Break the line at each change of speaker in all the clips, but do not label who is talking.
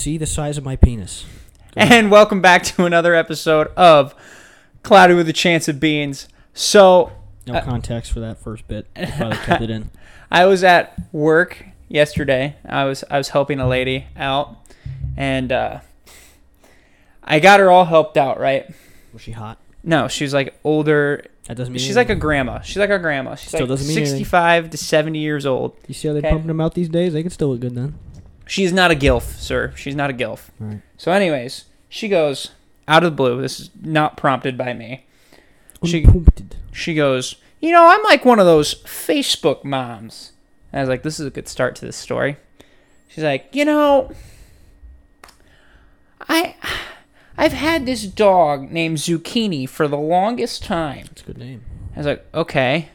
see the size of my penis.
And welcome back to another episode of Cloudy with a Chance of Beans. So,
No context for that first bit. They probably kept it in.
I was at work yesterday. I was I was helping a lady out, and uh, I got her all helped out. Right?
Was she hot?
No, she's like older.
That doesn't mean
She's like a grandma. She's like our grandma. She's
Mm. Still
like
doesn't mean anything.
sixty-five to seventy years old.
You see how they're
okay.
pumping them out these days? They can still look good then.
She's not a gilf, sir. She's not a gilf.
All right.
So, anyways, she goes out of the blue. This is not prompted by me. She-
Unprompted.
She goes, You know, I'm like one of those Facebook moms. And I was like, This is a good start to this story. She's like, You know, I. I've had this dog named Zucchini for the longest time.
That's a good name.
I was like, okay.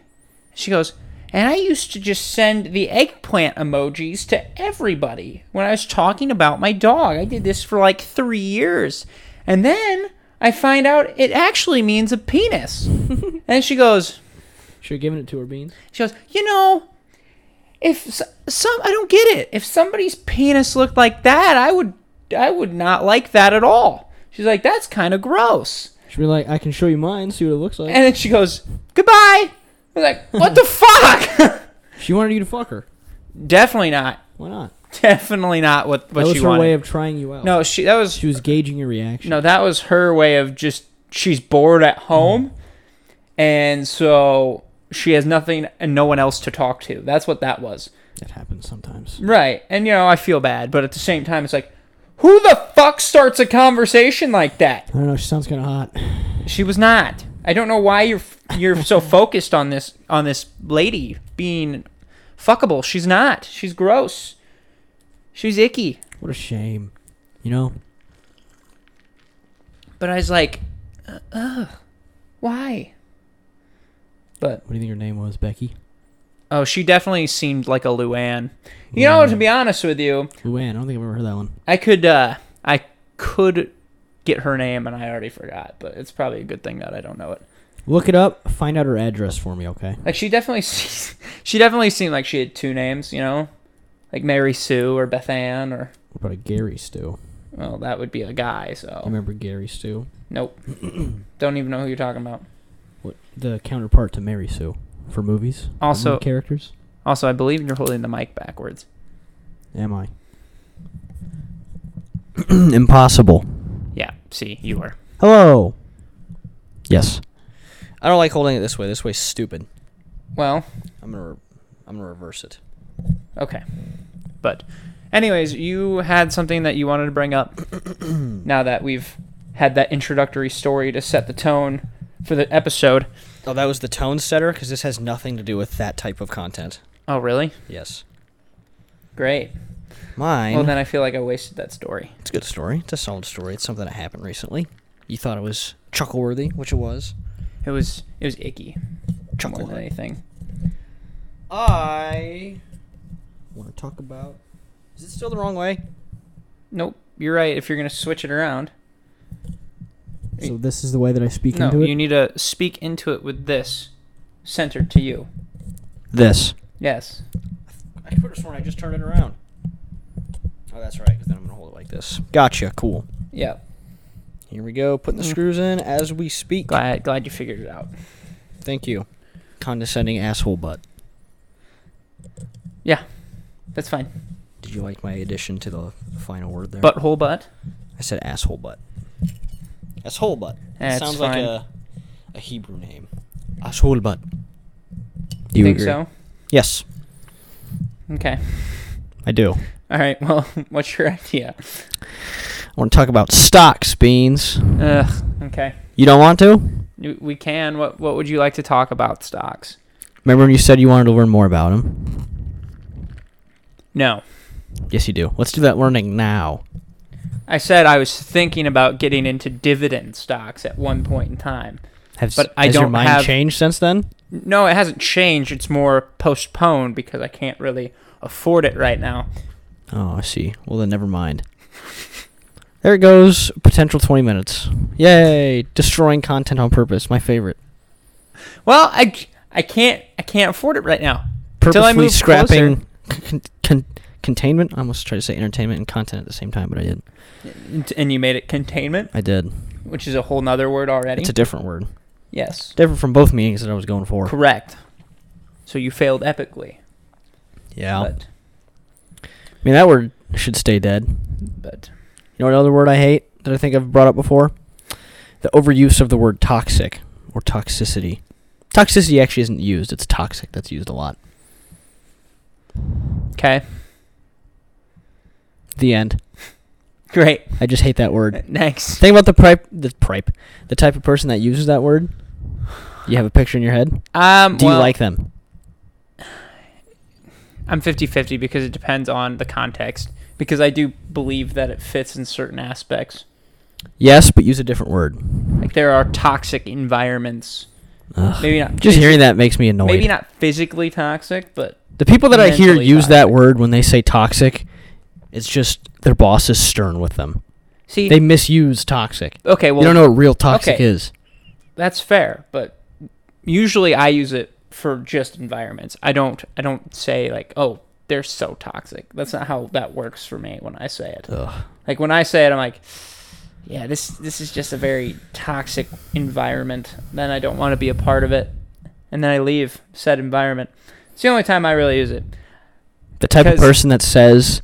She goes, and I used to just send the eggplant emojis to everybody when I was talking about my dog. I did this for like three years. And then I find out it actually means a penis. and she goes,
Should have given it to her beans.
she goes, you know, if s- some, I don't get it. If somebody's penis looked like that, I would, I would not like that at all. She's like, that's kind of gross.
Should be like, I can show you mine, see what it looks like.
And then she goes, goodbye. I was like, what the fuck?
she wanted you to fuck her.
Definitely not.
Why not?
Definitely not what what
that was
she
her
wanted.
way of trying you out.
no, she that was
She was gauging your reaction.
no that was her way of just she's bored at home, and so she has nothing and no one else to talk to. That's what that was.
That happens sometimes.
Right, and you know I feel bad, but at the same time it's like, who the fuck starts a conversation like that?
I don't know. She sounds kind of hot.
She was not. I don't know why you're you're so focused on this on this lady being fuckable. She's not. She's gross. She's icky.
What a shame. You know?
But I was like, uh, ugh, why? But
What do you think her name was? Becky?
oh, she definitely seemed like a Luann. You know, to be honest with you,
Luann. I don't think I've ever heard that one.
I could, uh, I could get her name, and I already forgot. But it's probably a good thing that I don't know it.
Look it up. Find out her address for me, okay?
Like she definitely, se- she definitely seemed like she had two names. You know, like Mary Sue or Beth Ann or
What about a Gary Stew?
well, that would be a guy.
I
So
remember Gary Stew.
nope, don't even know who you're talking about.
What the counterpart to Mary Sue for movies? or
Also-
movie characters.
Also, I believe you're holding the mic backwards.
Am I? Impossible.
Yeah, see, you are.
Hello. Yes. I don't like holding it this way. This way's stupid.
Well,
I'm gonna, re- I'm gonna reverse it.
Okay. But, anyways, you had something that you wanted to bring up now that we've had that introductory story to set the tone for the episode.
Oh, that was the tone setter because this has nothing to do with that type of content.
Oh, really?
Yes,
Great.
mine.
Well, then I feel like I wasted that story.
it's a good story. It's a solid story. It's something that happened recently. You thought it was chuckle worthy, which it was.
It was it was icky more
Chuckle
than anything.
I want to talk about. Is it still the wrong way?
Nope, you're right. If you're gonna switch it around,
So this is the way that I speak
no,
into it.
you need to speak into it with this centered to you.
This.
Yes.
I could have sworn I just turned it around. Oh, that's right. Because then I'm gonna hold it like this. Gotcha. Cool.
Yeah.
Here we go. Putting the
Mm.
screws in as we speak.
Glad glad you figured it out.
Thank you. Condescending asshole butt.
That's fine.
Did you like my addition to the final word there?
Butthole butt.
I said asshole butt. Asshole butt.
That's
Sounds
fine.
like a, a Hebrew name. Asshole butt. Do
Think so?
Yes,
Okay.
I do.
All right. Well, what's your idea?
I want to talk about stocks, beans.
Ugh. Okay.
You don't want to?
You- We can. What What would you like to talk about stocks?
Remember when you said you wanted to learn more about them?
No.
Yes, you do. Let's do that learning now.
I said I was thinking about getting into dividend stocks at one point in time.
Have,
But I
has your
don't
mind
have-
changed since then?
No, it hasn't changed. It's more postponed because I can't really afford it right now.
Oh, I see. Well, then never mind. There it goes. Potential 20 minutes. Yay! Destroying content on purpose. My favorite.
Well, I, c- I can't I can't afford it right now. Until I
Purposely
move
scrapping con- con- containment. I almost tried to say entertainment and content at the same time, but I didn't.
And- And you made it containment,
I did.
which is a whole nother word already.
It's a different word.
yes.
Different from both meanings that I was going for.
Correct. So you failed epically.
Yeah.
But,
I mean, that word should stay dead.
but
You know another word I hate that I think I've brought up before? The overuse of the word toxic or toxicity. Toxicity actually isn't used, it's toxic that's used a lot.
okay.
The end.
Great.
I just hate that word.
Next.
Think about the pripe the pripe. The type of person that uses that word. You have a picture in your head?
Um,
Do
well,
you like them?
I'm 50-50 because it depends on the context. Because I do believe that it fits in certain aspects.
Yes, but use a different word.
Like there are toxic environments.
Ugh.
Maybe not.
Just
phys-
hearing that makes me annoyed.
Maybe not physically toxic, but
The people that I hear
mentally
use that
toxic.
word when they say toxic, it's just their boss is stern with them.
see.
They misuse toxic.
okay. Well,
you don't know what real toxic
okay.
is.
that's fair but usually i use it for just environments i don't i don't say like oh they're so toxic that's not how that works for me when i say it
Ugh.
like when i say it i'm like yeah this this is just a very toxic environment then i don't want to be a part of it and then i leave said environment it's the only time i really use it
The type of
Because-
person that says,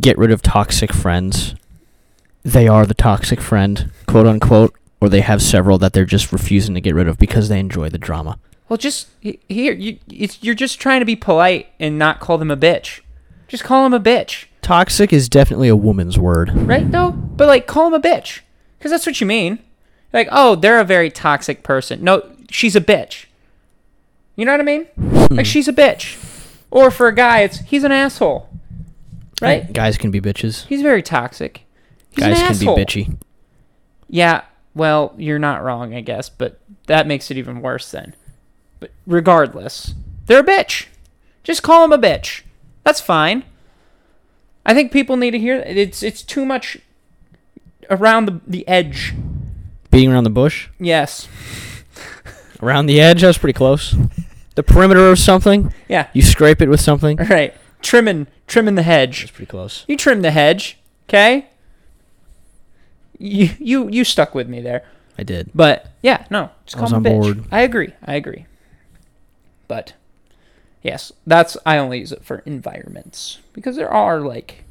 get rid of toxic friends, they are the toxic friend, quote unquote, or they have several that they're just refusing to get rid of because they enjoy the drama.
well just he- here you it's, you're just trying to be polite and not call them a bitch just call them a bitch
Toxic is definitely a woman's word.
right though but like call him a bitch because that's what you mean like oh they're a very toxic person no she's a bitch you know what i mean
Hmm.
like she's a bitch or for a guy it's he's an asshole right
Guys can be bitches.
he's very toxic he's
Guys
an
can be
asshole.
bitchy.
yeah well you're not wrong i guess but that makes it even worse then but regardless they're a bitch just call him a bitch that's fine i think people need to hear it's it's too much around the, the edge
Beating around the bush?
Yes.
Around the edge? That was pretty close. The perimeter of something?
Yeah.
You scrape it with something?
All right. Trimming, trimming the hedge.
That's pretty close.
You trim the hedge, okay? You you you stuck with me there,
I did.
but yeah, no, just
I
call
was
me a
on
bitch.
board.
I agree. I agree. But yes, that's I only use it for environments because there are like,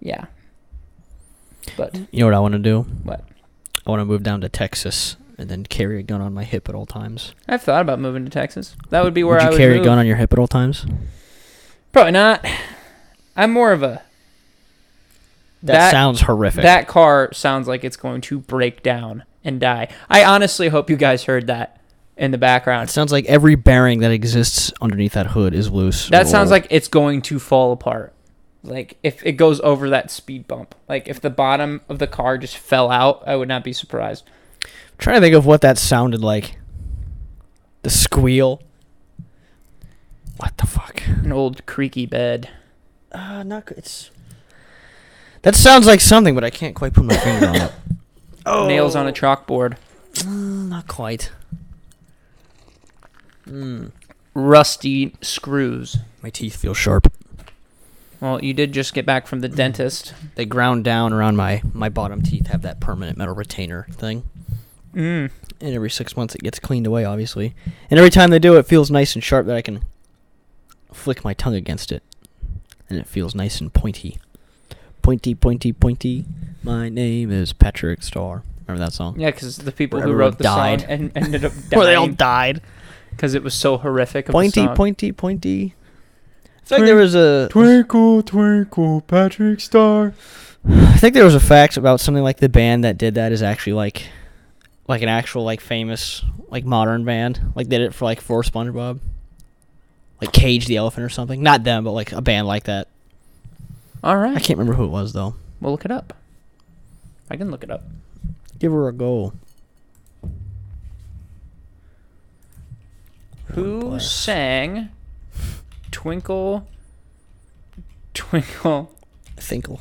yeah. But
You know what I want to do?
what
I want to move down to Texas and then carry a gun on my hip at all times.
I've thought about moving to Texas. That would be where
would you
I would
carry
move.
a gun on your hip at all times?
Probably not. I'm more of a.
That, sounds horrific.
That car sounds like it's going to break down and die. I honestly hope you guys heard that in the
It
background.
sounds like every bearing that exists underneath that hood is loose.
That
or
sounds like it's going to fall apart. Like if it goes over that speed bump. Like if the bottom of the car just fell out, I would not be surprised.
trying to think of what that sounded like. The squeal. What the fuck?
An old creaky bed.
Uh, not good. It's. That sounds like something, but I can't quite put my finger on it.
Nails on a chalkboard.
Mm, Not quite. Mm,
Rusty screws.
my teeth feel sharp.
Well, you did just get back from the dentist.
They ground down around my my bottom teeth. Have that permanent metal retainer thing.
Mm.
and every six months it gets cleaned away, obviously. And every time they do, it feels nice and sharp that I can flick my tongue against it, and it feels nice and pointy, pointy, pointy, pointy. My name is Patrick Starr. Remember that song?
Yeah, because the people
Where
who
everyone
wrote the
died.
song and ended up
Where they all
dying
died.
because it was so horrific. Of
Pointy,
the song.
pointy, pointy. It's like there was a.
Twinkle, twinkle, Patrick Star.
I think there was a fact about something like the band that did that is actually like, like an actual like famous like modern band like did it for like for SpongeBob, like Cage the Elephant or something. Not them, but like a band like that.
All right.
I can't remember who it was though.
We'll look it up. I can look it up.
Give her a go.
Who
boy.
sang Twinkle Twinkle
Thinkle.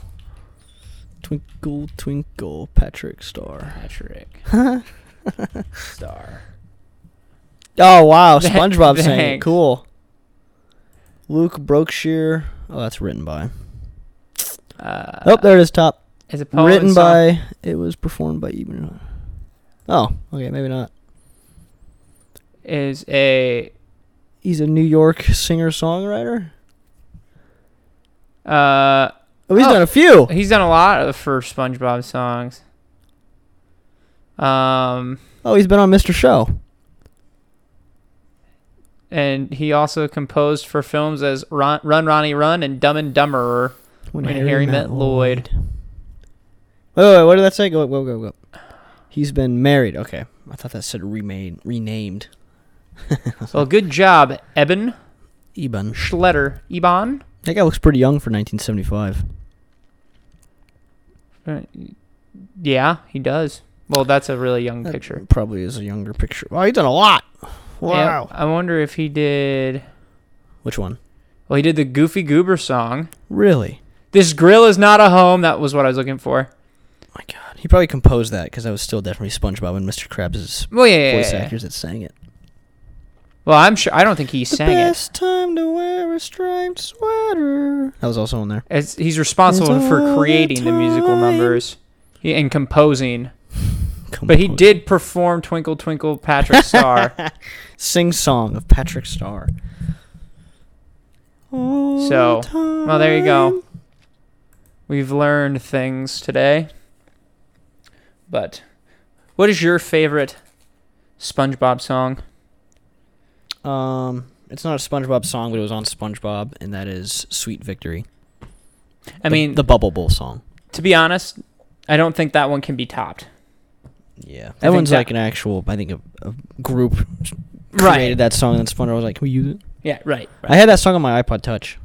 Twinkle, twinkle, Patrick Star.
Patrick Star?
Oh wow,
Th-
SpongeBob sang it.
thanks.
Cool. Luke Brokeshire Oh, that's written by.
Uh,
oh, there it is, top.
Is it poem and
written
song?
by. It was performed by Ibn. Oh, okay, maybe not.
Is a
He's a New York singer songwriter.
uh,
Oh, he's
Oh.
done a few.
he's done a lot of for SpongeBob songs. Um,
Oh, he's been on Mr. Show.
and he also composed for films as Ron, Run Ronnie Run and Dumb and Dumberer. When Harry Met Lloyd.
Wait, wait, wait, what did that say? Go, go, go, go. He's been married. Okay, I thought that said remade, renamed.
Well, good job, Eben
Eben.
Schletter. Ebon.
That guy looks pretty young for 1975.
Uh, Yeah, he does. Well, that's a really young
That
picture.
Probably is a younger picture. Oh, he's done a lot. Wow.
Yeah, I wonder if he did.
Which one?
Well, he did the Goofy Goober song.
Really?
This grill is not a home. That was what I was looking for.
My God. He probably composed that because I was still definitely SpongeBob and Mr. Krabs'
Well, yeah, yeah,
voice
yeah, yeah.
actors that sang it.
Well, I'm sure. I don't think he sang
the
it.
best time to wear a striped sweater. That was also on there.
It's, he's responsible
It's all
for
the
creating the musical
time.
numbers he, and composing. But he
Composed.
did perform "Twinkle Twinkle Patrick Star."
sing song of Patrick Starr.
So, well, there you go. We've learned things today. But what is your favorite SpongeBob song?
go. Um, it's not a SpongeBob song, but it was on SpongeBob, and that is "Sweet Victory."
I
The-
mean,
the Bubble Bowl song.
to be honest, I don't think that one can be topped.
Yeah, that
think
one's
that-
like an actual. I think a, a group created that song, and SpongeBob was like, "Can we use it?"
Yeah, right.
I had that song on my iPod Touch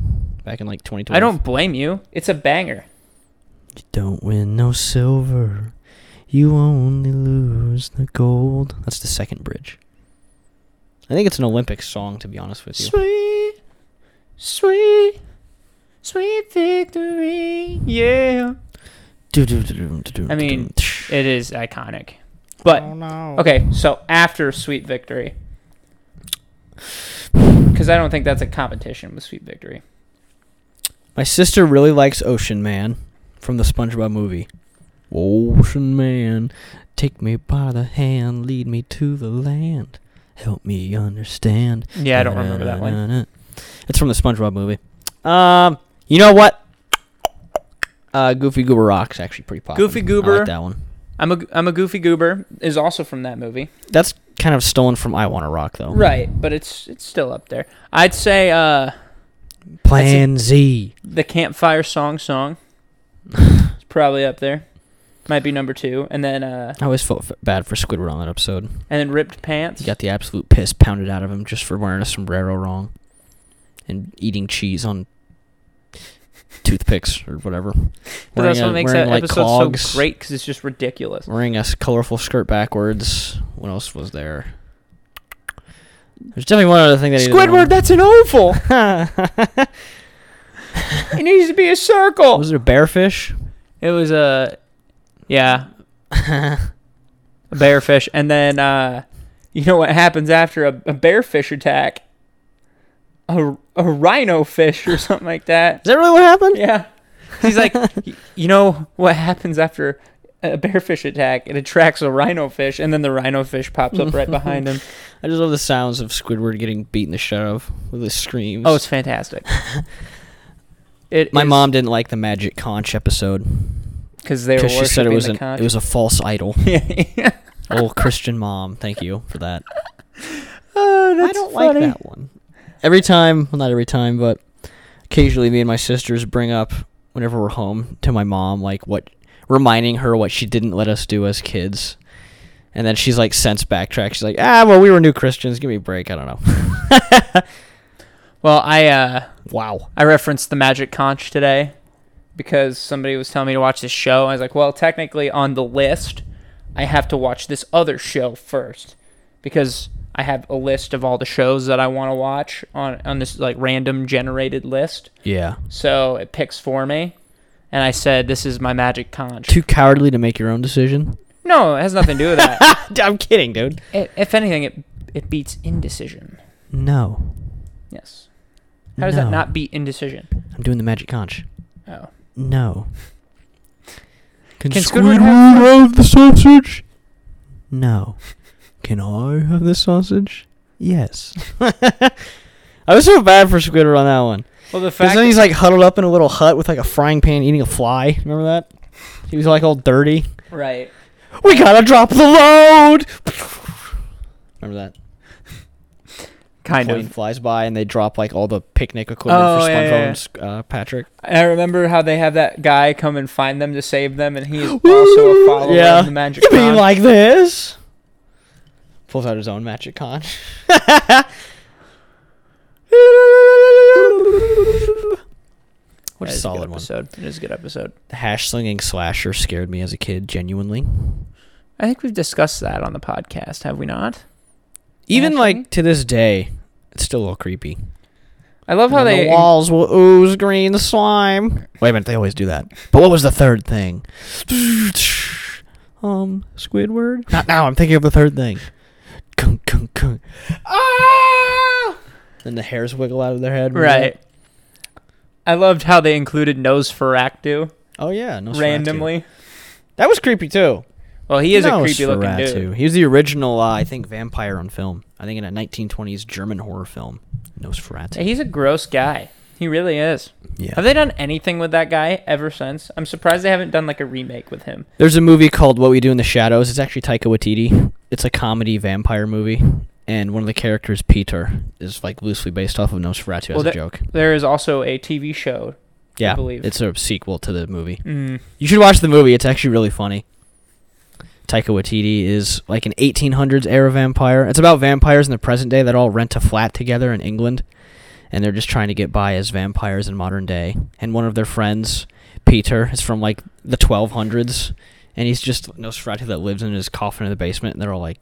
back in like 2012.
I don't blame you. It's a banger.
You don't win no silver. You only lose the gold. That's the second bridge. I think it's an Olympic song, to be honest with you.
Sweet, sweet, sweet victory. Yeah. I
I
mean, It is iconic. But okay, so after Sweet Victory. Cuz I don't think that's a competition with Sweet Victory.
my sister really likes Ocean Man from the SpongeBob movie. Ocean Man, take me by the hand, lead me to the land, help me understand.
Yeah, I don't remember that one.
It's from the SpongeBob movie. Um, you know what? Uh, Goofy Goober Rock's actually pretty popular.
Goofy
I
Goober.
like that one.
I'm a I'm a goofy goober is also from that movie.
That's kind of stolen from I Want to Rock though.
Right, but it's it's still up there. I'd say uh
Plan Z.
the campfire song song. it's probably up there. Might be number 2 and then uh
I always felt f- bad for Squidward on that episode.
and then ripped pants.
He got the absolute piss pounded out of him just for wearing a sombrero wrong and eating cheese on toothpicks or whatever.
But that's
Wearing
what
a-
makes
wearing,
that
like,
episode
clogs.
so great because it's just ridiculous.
Wearing a s- colorful skirt backwards. What else was there? There's definitely one other thing that he did
Squidward, that's an oval.
wrong.
it needs to be a circle.
was it a bearfish?
It was a, yeah, a bear fish, and then uh, you know what happens after a, a bear fish attack? A, a rhino fish or something like that.
Is that really what happened?
Yeah, he's like, "Y- you know what happens after a bear fish attack? It attracts a rhino fish, and then the rhino fish pops up right behind him.
I just love the sounds of Squidward getting beaten the shit out of with his screams.
Oh, it's fantastic. It
my mom didn't like the magic conch episode
because they were
because she said it
worshiping
was
the
an,
conch.
it was a false idol.
yeah.
oh, Christian mom, thank you for that.
oh, that's
I don't
funny.
like that one. Every time, well, not every time, but occasionally, me and my sisters bring up whenever we're home to my mom, like what, reminding her what she didn't let us do as kids, and then she's like, sense backtrack. She's like, ah, well, we were new Christians. Give me a break. I don't know.
Well, I uh,
wow.
I referenced the Magic Conch today because somebody was telling me to watch this show. I was like, well, technically on the list, I have to watch this other show first because I have a list of all the shows that I want to watch on on this like random generated list.
Yeah.
So it picks for me, and I said, this is my Magic Conch.
Too cowardly to make your own decision.
No, it has nothing to do with that.
I'm kidding, dude.
I if anything, it it beats indecision.
No.
Yes. How does
No.
that not beat indecision?
I'm doing the magic conch.
Oh.
No. Can,
Can
Squidward
Squidward have-
have the sausage? No. Can I have the sausage? Yes. I was so bad for Squidward on that one.
Well, the
Because
fact
then he's like huddled up in a little hut with like a frying pan eating a fly. Remember that? He was like all dirty.
right.
We gotta drop the load! Remember that?
Kind
plane
of.
flies by and they drop like all the picnic equipment
Oh,
for SpongeBob
yeah, yeah,
and Sc- uh, Patrick.
I remember how they have that guy come and find them to save them, and he's also a follower
Yeah.
of the magic.
You mean
wand.
like this? Pulls out his own magic conch.
That
What a
is
solid
good
one.
episode. It is a good episode.
The hash slinging slasher scared me as a kid, genuinely.
I think we've discussed that on the podcast, have we not?
Even
Hash slinging?
like to this day, it's still a little creepy.
I love
And
how
then
they
the walls will ooze green slime. Wait a minute, they always do that. But what was the third thing? Um, Squidward. Not now. I'm thinking of the third thing. Kung, kung, kung.
Ah!
Then the hairs wiggle out of their head. remember
Right. I loved how they included Nosferatu
that? Oh yeah. Nosferatu.
randomly.
That was creepy too.
Well, he is a creepy looking
Nosferatu.
dude.
He was the original, uh, I think, vampire on film. I think in a 1920s German horror film. Nosferatu.
He's a gross guy. He really is.
yeah.
Have they done anything with that guy ever since? I'm surprised they haven't done like a remake with him.
There's a movie called What We Do in the Shadows. It's actually Taika Waititi. It's a comedy vampire movie, and one of the characters, Peter, is like loosely based off of Nosferatu
Well,
as
that-
a joke.
There is also a TV show.
Yeah,
believe.
it's a sequel to the movie.
Mm.
You should watch the movie. It's actually really funny. Taika Waititi is like an 1800s era vampire. It's about vampires in the present day that all rent a flat together in England, and they're just trying to get by as vampires in modern day. And one of their friends, Peter, is from like the 1200s, and he's just Nosferatu that lives in his coffin in the basement, and they're all like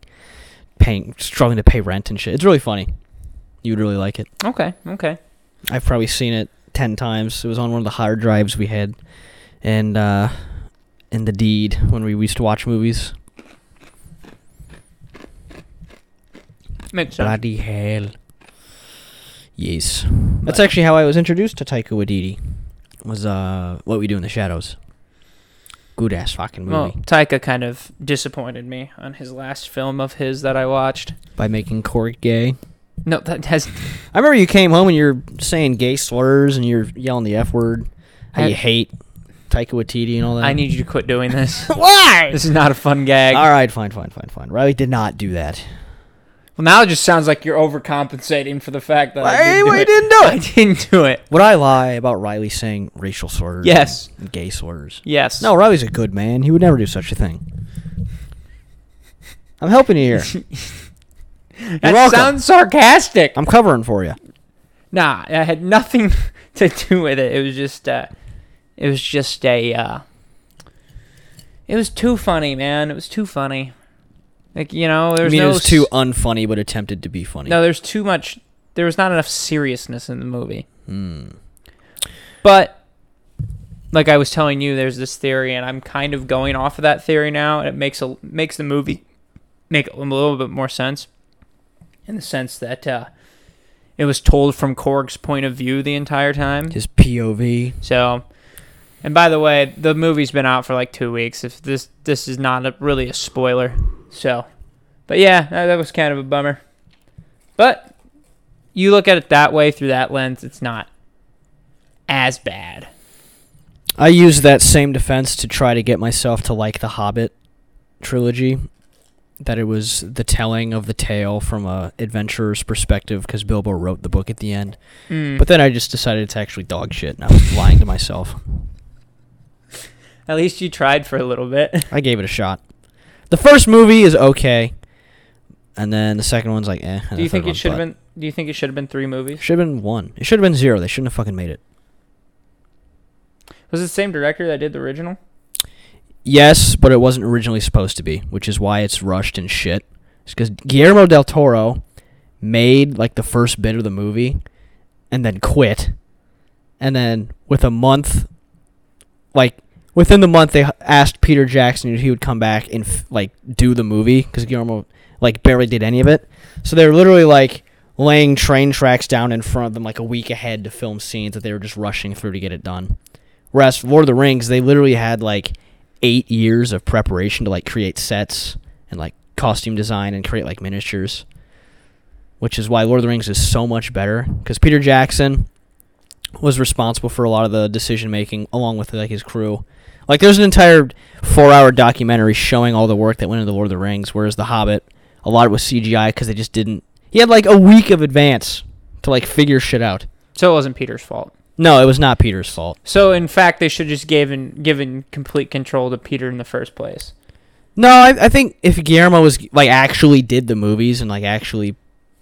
paying, struggling to pay rent and shit. It's really funny. You'd really like it.
Okay, okay.
I've probably seen it ten times. It was on one of the hard drives we had, and uh, in the deed when we used to watch movies.
Makes sense.
Bloody hell! Yes, that's actually how I was introduced to Taika Waititi. Was uh, what we do in the shadows. Good ass fucking movie
Well, Taika kind of disappointed me on his last film of his that I watched.
by making Corey gay.
No, that has
I remember you came home and you're saying gay slurs and you're yelling the f word. How
I-
you hate Taika Waititi and all that.
I need you to quit doing this.
why.
this is not a fun gag.
All right, fine, fine, fine, fine. Riley did not do that.
Well, now it just sounds like you're overcompensating for the fact that
Why-
I didn't do
we
it.
didn't do
I didn't do it.
Would I lie about Riley saying racial slurs?
Yes.
and gay slurs.
Yes.
No, Riley's a good man. He would never do such a thing. I'm helping you here.
that
welcome.
sounds sarcastic.
I'm covering for you.
Nah, I had nothing to do with it. It was just, uh, it was just a, uh, it was too funny, man. It was too funny. Like you know,
I
there's
mean,
no
it was too
s-
unfunny, but attempted to be funny.
no, there's too much. There was not enough seriousness in the movie.
Hmm.
But like I was telling you, there's this theory, and I'm kind of going off of that theory now, and it makes a makes the movie make a little bit more sense in the sense that uh, it was told from Korg's point of view the entire time.
His POV.
So, and by the way, the movie's been out for like two weeks. If this this is not a, really a spoiler, so, but yeah, that that was kind of a bummer. But you look at it that way through that lens, it's not as bad.
I used that same defense to try to get myself to like the Hobbit trilogy. That it was the telling of the tale from a adventurer's perspective, because Bilbo wrote the book at the end.
Mm.
But then I just decided it's actually dog shit, and I was lying to myself.
at least you tried for a little bit.
I gave it a shot. The first movie is okay, and then the second one's like, eh.
do you think it should have been? Do you think it should have been three movies?
Should have been one. It should have been zero. They shouldn't have fucking made it.
Was it the same director that did the original?
Yes, but it wasn't originally supposed to be, which is why it's rushed and shit. It's because Guillermo del Toro made like the first bit of the movie, and then quit, and then with a month, like within the month, they h- asked Peter Jackson if he would come back and f- like do the movie because Guillermo like barely did any of it. So they were literally like, laying train tracks down in front of them like a week ahead to film scenes that they were just rushing through to get it done. Whereas for Lord of the Rings, they literally had like eight years of preparation to like create sets and like costume design and create like miniatures, which is why Lord of the Rings is so much better because Peter Jackson was responsible for a lot of the decision making along with like his crew. Like there's an entire four hour documentary showing all the work that went into Lord of the Rings, whereas The Hobbit, a lot of it was CGI because they just didn't. He had like a week of advance to like figure shit out.
So it wasn't Peter's fault.
No, it was not Peter's fault.
So in fact, they should just given given complete control to Peter in the first place.
No, I, I think if Guillermo was like actually did the movies and like actually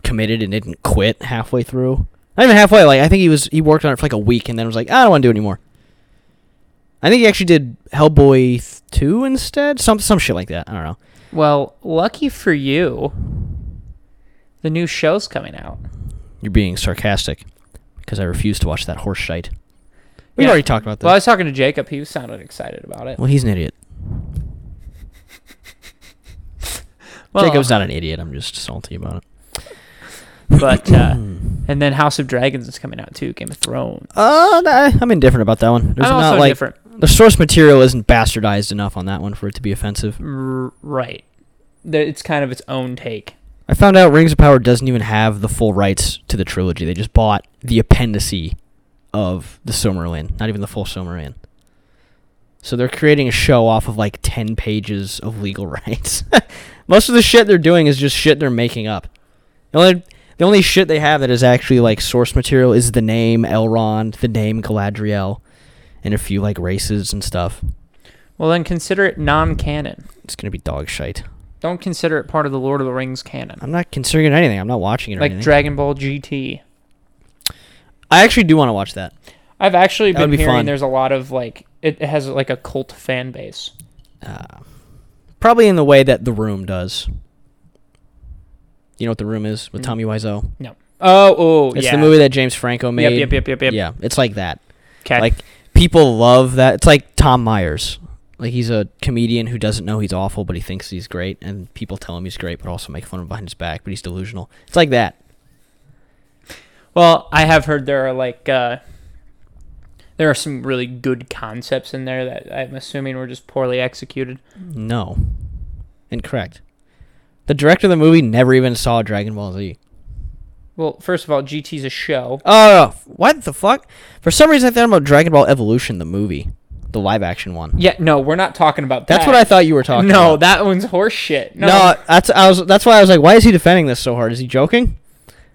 committed and didn't quit halfway through, not even halfway. Like I think he was he worked on it for like a week and then was like, I don't want to do it anymore. I think he actually did Hellboy th- two instead, some some shit like that. I don't know.
Well, lucky for you, the new show's coming out.
You're being sarcastic because I refuse to watch that horse shite. We
Yeah.
already talked about this.
Well, I was talking to Jacob. He sounded excited about it.
Well, he's an idiot.
Well,
Jacob's not an idiot. I'm just salty about it.
but uh, and then House of Dragons is coming out too. Game of Thrones.
Uh, nah, I'm indifferent about that one. There's
I'm
not
also
like
different.
the source material isn't bastardized enough on that one for it to be offensive.
R- right. That It's kind of its own take.
I found out Rings of Power doesn't even have the full rights to the trilogy. They just bought the appendice of the Silmarillion, not even the full Silmarillion. So they're creating a show off of like 10 pages of legal rights. Most of the shit they're doing is just shit they're making up. The only, the only shit they have that is actually like source material is the name Elrond, the name Galadriel, and a few like races and stuff.
Well, then consider it non-canon.
It's going to be dog shite.
Don't consider it part of the Lord of the Rings canon.
I'm not considering anything. I'm not watching it or
Like
anything.
Dragon Ball GT.
I actually do want to watch that.
I've actually
That would
been
be
hearing
fun.
there's a lot of like it it has like a cult fan base.
Uh, probably in the way that The Room does. You know what The Room is with
Mm.
Tommy Wiseau?
No. Oh, oh,
It's
yeah.
the movie that James Franco
Yep,
made.
yep, yep, yep, yep.
Yeah, it's like that.
Okay.
Like people love that. It's like Tom Myers. Like he's a comedian who doesn't know he's awful, but he thinks he's great, and people tell him he's great, but also make fun of him behind his back. But he's delusional. It's like that.
well, I have heard there are like uh there are some really good concepts in there that I'm assuming were just poorly executed.
No, incorrect. The director of the movie never even saw Dragon Ball Z.
Well, first of all, GT's a show.
Oh, what the fuck? For some reason, I thought about Dragon Ball Evolution, the movie, the live action one.
Yeah, no, we're not talking about that.
That's what I thought you were talking.
No,
about.
that one's horseshit. No,
no, that's I was. That's why I was like, why is he defending this so hard? Is he joking?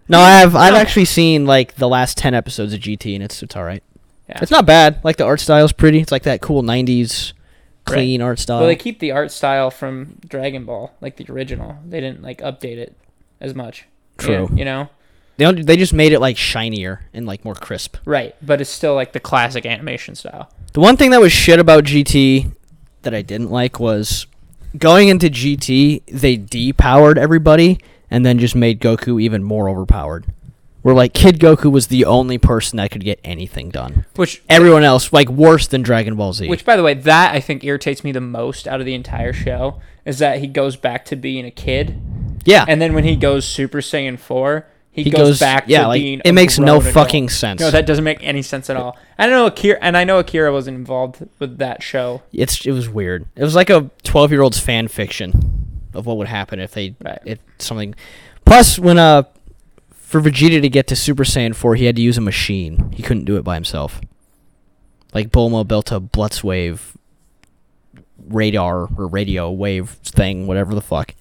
No, I have. I've
No.
actually seen like the last ten episodes of GT, and it's it's all right.
Yeah.
It's not bad. Like the art style's pretty. It's like that cool '90s clean art style.
well, they keep the art style from Dragon Ball, like the original. They didn't like update it as much. You-
True.
You know,
they don't, they just made it like shinier and like more crisp.
right? But it's still like the classic animation style.
The one thing that was shit about GT that I didn't like was going into GT, they depowered everybody and then just made Goku even more overpowered. Where like Kid Goku was the only person that could get anything done.
Which,
Everyone else like worse than Dragon Ball Z.
which, by the way, that I think irritates me the most out of the entire show is that he goes back to being a kid,
yeah,
and then when he goes Super Saiyan four, he,
he
goes,
goes,
back
Yeah,
to
like
being.
it
a
makes no
grown adult.
fucking sense.
No, that doesn't make any sense at all. I don't know Akira, and I know Akira wasn't involved with that show.
it's it was weird. It was like a twelve year old's fan fiction of what would happen if they
Right.
it something. Plus, when uh, for Vegeta to get to Super Saiyan four, he had to use a machine. He couldn't do it by himself. Like Bulma built a Blutz wave radar or radio wave thing, whatever the fuck.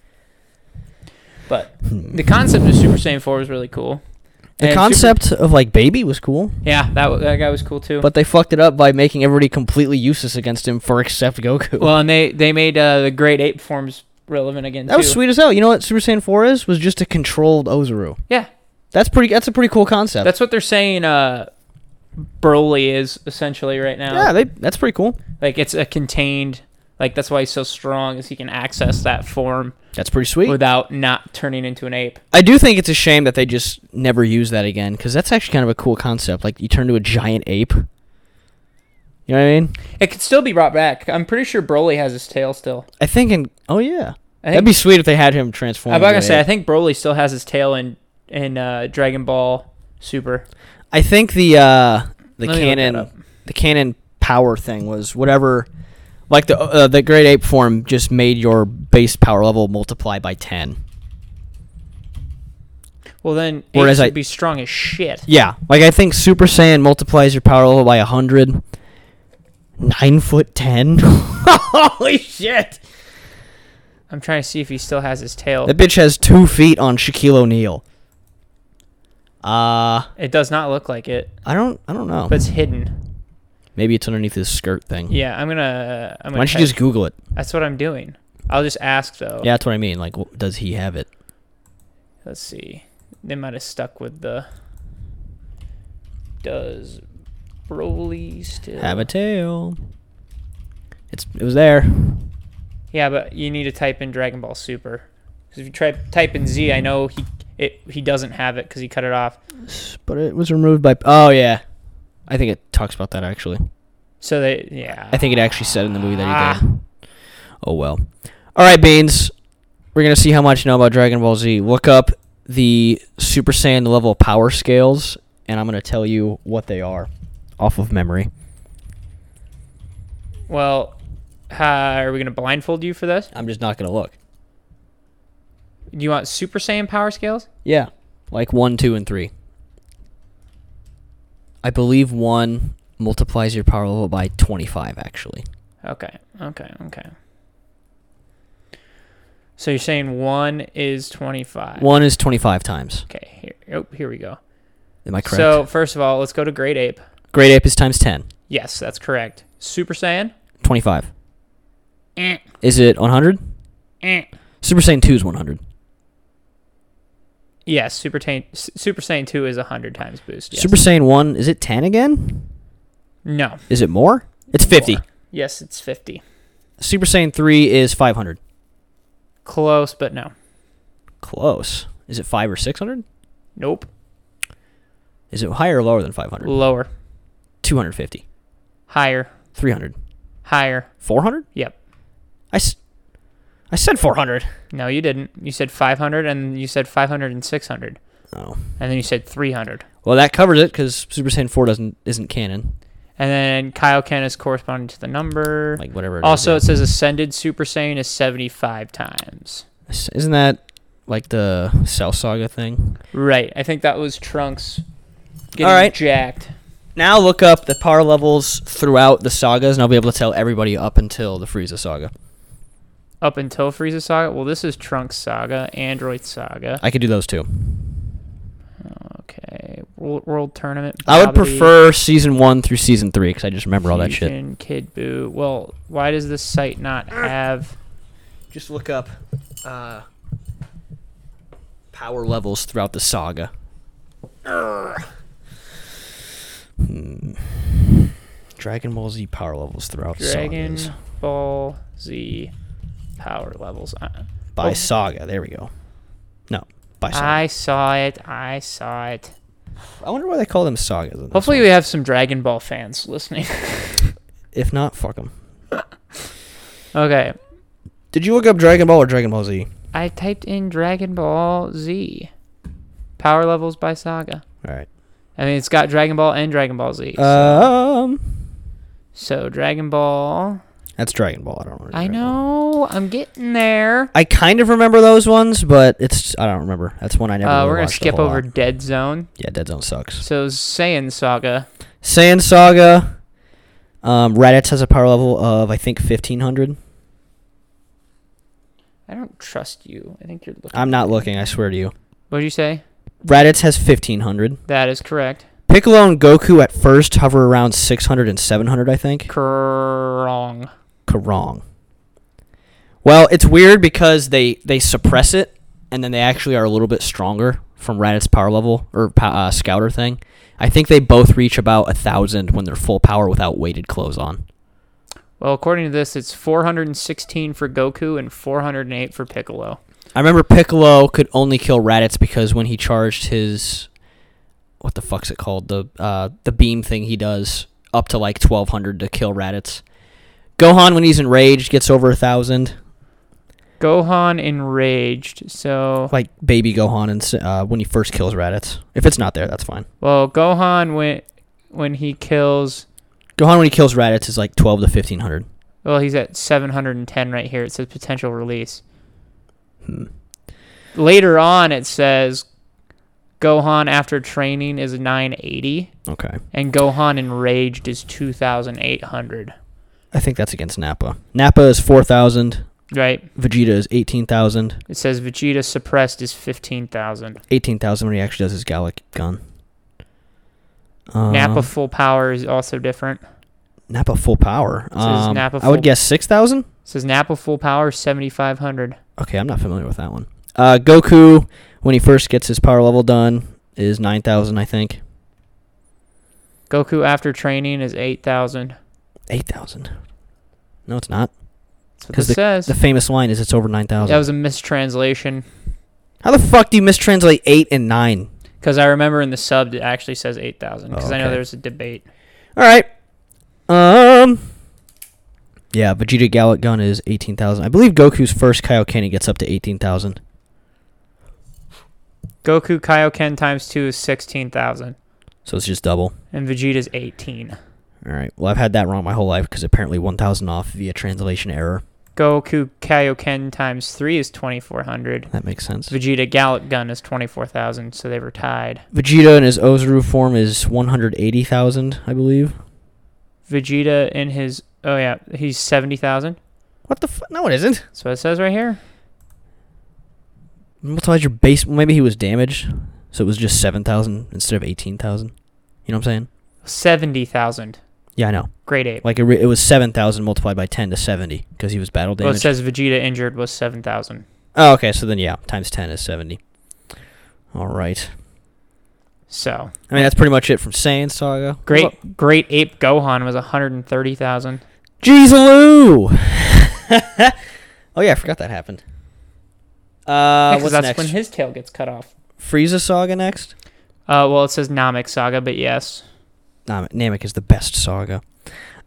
But the concept of Super Saiyan 4 was really cool.
The
And
concept of like baby was cool,
Super, yeah, that, wa- that guy was cool too.
but they fucked it up by making everybody completely useless against him for except Goku.
well, and they they made uh, the Great Ape forms relevant again
that
too.
was sweet as hell. You know what Super Saiyan four is? Was just a controlled Ozaru.
Yeah,
That's pretty. That's a pretty cool concept.
that's what they're saying. Uh, Broly is essentially right now.
yeah, they, that's pretty cool.
like it's a contained. Like that's why he's so strong, is he can access that form
That's pretty sweet.
without not turning into an ape.
I do think it's a shame that they just never use that again because that's actually kind of a cool concept. Like you turn to a giant ape. You know what I mean?
It could still be brought back. I'm pretty sure Broly has his tail still.
I think in oh yeah,
I
that'd
think-
be sweet if they had him transform.
I'm
into
about gonna
an
say I
ape.
think Broly still has his tail in in uh, Dragon Ball Super.
I think the uh, the
Let me look that
cannon
up.
the cannon power thing was whatever, like the uh, the great ape form just made your base power level multiply by ten.
Well, then
Whereas
apes
I-
would be strong as shit.
Yeah, like I think Super Saiyan multiplies your power level by hundred. Nine foot ten. Holy shit!
I'm trying to see if he still has his tail.
That bitch has two feet on Shaquille O'Neal. Uh,
It does not look like it,
I don't, I don't know.
but it's hidden.
Maybe it's underneath his skirt thing.
Yeah, I'm gonna. I'm gonna
Oh. Why don't you
type-
just Google it?
That's what I'm doing. I'll just ask though.
Yeah, that's what I mean. Like, wh- does he have it?
Let's see. They might have stuck with the. Does Broly still
Have a tail. It's it was there.
Yeah, but you need to type in Dragon Ball Super. 'Cause if you try type in Z, I know he it he doesn't have it because he cut it off.
But it was removed by Oh yeah. I think it talks about that actually.
So they yeah. Ah.
I think it actually said in the movie that he did. Oh well. All right, Beans. We're going to see how much you know about Dragon Ball Z. Look up the Super Saiyan level power scales and I'm going to tell you what they are off of memory.
Well, uh, are we gonna blindfold you for this?
I'm just not going to look.
Do you want Super Saiyan power scales?
Yeah. Like one, two, and three. I believe one multiplies your power level by 25, actually.
Okay, okay, okay. So you're saying one is twenty five.
One is 25 times.
Okay. Here. Oh, here we go.
Am I correct?
So first of all, let's go to Great Ape.
Great Ape is times 10.
Yes, that's correct. Super Saiyan.
25.
Eh,
Is it 100?
eh.
Super Saiyan 2 is 100.
Yes, Super, Tain- S- Super Saiyan 2 is 100 times boost. Yes.
Super Saiyan 1, is it 10 again?
No.
Is it more? It's 50.
More. Yes, it's 50.
Super Saiyan 3 is 500.
Close, but no.
Close. Is it 5 or 600?
Nope.
Is it higher or lower than 500?
Lower.
250.
Higher.
300.
Higher.
400?
Yep.
I, s- I said 400.
No, you didn't. You said 500, and you said 500 and 600.
Oh.
And then you said 300.
Well, that covers it because Super Saiyan 4 doesn't isn't canon.
And then Kaioken is corresponding to the number.
Like whatever. It
also, it
is,
says Ascended Super Saiyan is 75 times.
it's isn't that like the Cell Saga thing?
Right. I think that was Trunks getting
right.
jacked.
Now look up the power levels throughout the sagas, and I'll be able to tell everybody up until the Frieza saga.
Up until Frieza Saga. Well, this is Trunks Saga, Android Saga.
I could do those two.
Okay. World, World Tournament.
I would
Bobby.
prefer season one through season three because I just remember all that shit.
Fusion, Kid Buu. Well, why does this site not have?
Just look up uh, power levels throughout the saga. Hmm. Dragon Ball Z power levels throughout
Dragon
sagas.
Ball Z power levels. Uh,
By
Oh.
saga. There we go. No, by saga.
I saw it. I saw it.
I wonder why they call them sagas. in this
Hopefully,
one.
we have some Dragon Ball fans listening.
if not, fuck them.
okay,
Did you look up Dragon Ball or Dragon Ball Z?
I typed in Dragon Ball Z power levels by saga.
All right.
I mean, it's got Dragon Ball and Dragon Ball Z. so-
Um,
so Dragon Ball.
that's Dragon Ball. I don't. remember
I
Dragon Ball.
know. I'm getting there.
I kind of remember those ones, but it's I don't remember. That's one I never.
Uh,
really
we're gonna
watched a
skip
whole
over
lot.
Dead Zone.
Yeah, Dead Zone sucks.
So Saiyan Saga.
Saiyan Saga. Um, Raditz has a power level of I think fifteen hundred.
I don't trust you. I think you're looking.
I'm not looking. I swear to you.
What did you say?
Raditz has fifteen hundred.
That is correct.
Piccolo and Goku at first hover around 600 and 700, I think.
Wrong.
Karong. Well, it's weird because they they suppress it, and then they actually are a little bit stronger from Raditz power level or po- uh, Scouter thing. I think they both reach about a thousand when they're full power without weighted clothes on.
Well, according to this, it's 416 for Goku and 408 for Piccolo.
I remember Piccolo could only kill Raditz because when he charged his what the fuck's it called the uh, the beam thing he does up to like twelve hundred to kill Raditz. Gohan when he's enraged gets over a thousand.
Gohan enraged. So,
Like baby Gohan and s- uh, when he first kills Raditz. If it's not there, that's fine.
well, Gohan when when he kills,
Gohan when he kills Raditz is like twelve to fifteen hundred.
well, he's at 710 right here. It says potential release.
Hmm.
Later on, it says Gohan after training is 980,
Okay.
and Gohan enraged is 2,800.
I think that's against Nappa. Nappa is four thousand.
Right?
Vegeta is eighteen thousand.
It says Vegeta suppressed is 15,000.
Eighteen thousand when he actually does his Gallic gun. Um,
Nappa full power is also different. It
Nappa full power.
says
Um,
Nappa
I
full-
would guess six thousand.
says Nappa full power is 7,500.
Okay, I'm not familiar with that one. Uh, Goku, when he first gets his power level done, is 9,000, I think.
Goku after training is 8,000.
8,000. No, it's not.
That's what
'Cause
this says.
The famous line is it's over 9,000.
that was a mistranslation.
How the fuck do you mistranslate 8 and 9?
Because I remember in the sub it actually says 8,000. Because
Oh,
I know
okay.
there's a debate.
All right. Um. Yeah, Vegeta Gallic Gun is 18,000. I believe Goku's first Kaioken he gets up to 18,000.
Goku Kaioken times 2 is 16,000.
So it's just double.
And Vegeta's 18.
All right. Well, I've had that wrong my whole life because apparently 1,000 off via translation error.
Goku Kaioken times 3 is 2,400.
That makes sense.
Vegeta Gallic Gun is 24,000. So they were tied.
Vegeta in his Ozuru form is 180,000, I believe.
Vegeta in his. Oh, yeah. He's 70,000.
What the fuck? No, it isn't.
That's what it says right here.
Multiplies your base. well, Maybe he was damaged, so it was just seven thousand instead of eighteen thousand. You know what I'm saying?
70,000.
Yeah, I know.
Grade 8.
Like it, re- it was seven thousand multiplied by ten to seventy because he was battle
Well,
damaged.
it says Vegeta injured was 7,000.
oh, okay. So then, yeah, times ten is seventy. All right.
So
I mean, that's pretty much it from Saiyan Saga.
great, great ape Gohan was 130,000.
Jeezaloo! oh yeah, I forgot that happened. Uh,
Yeah, 'cause
what's
that's
next?
when his tail gets cut off.
Frieza Saga next.
Uh, well, it says Namek Saga, but yes,
Nam- Namek is the best saga.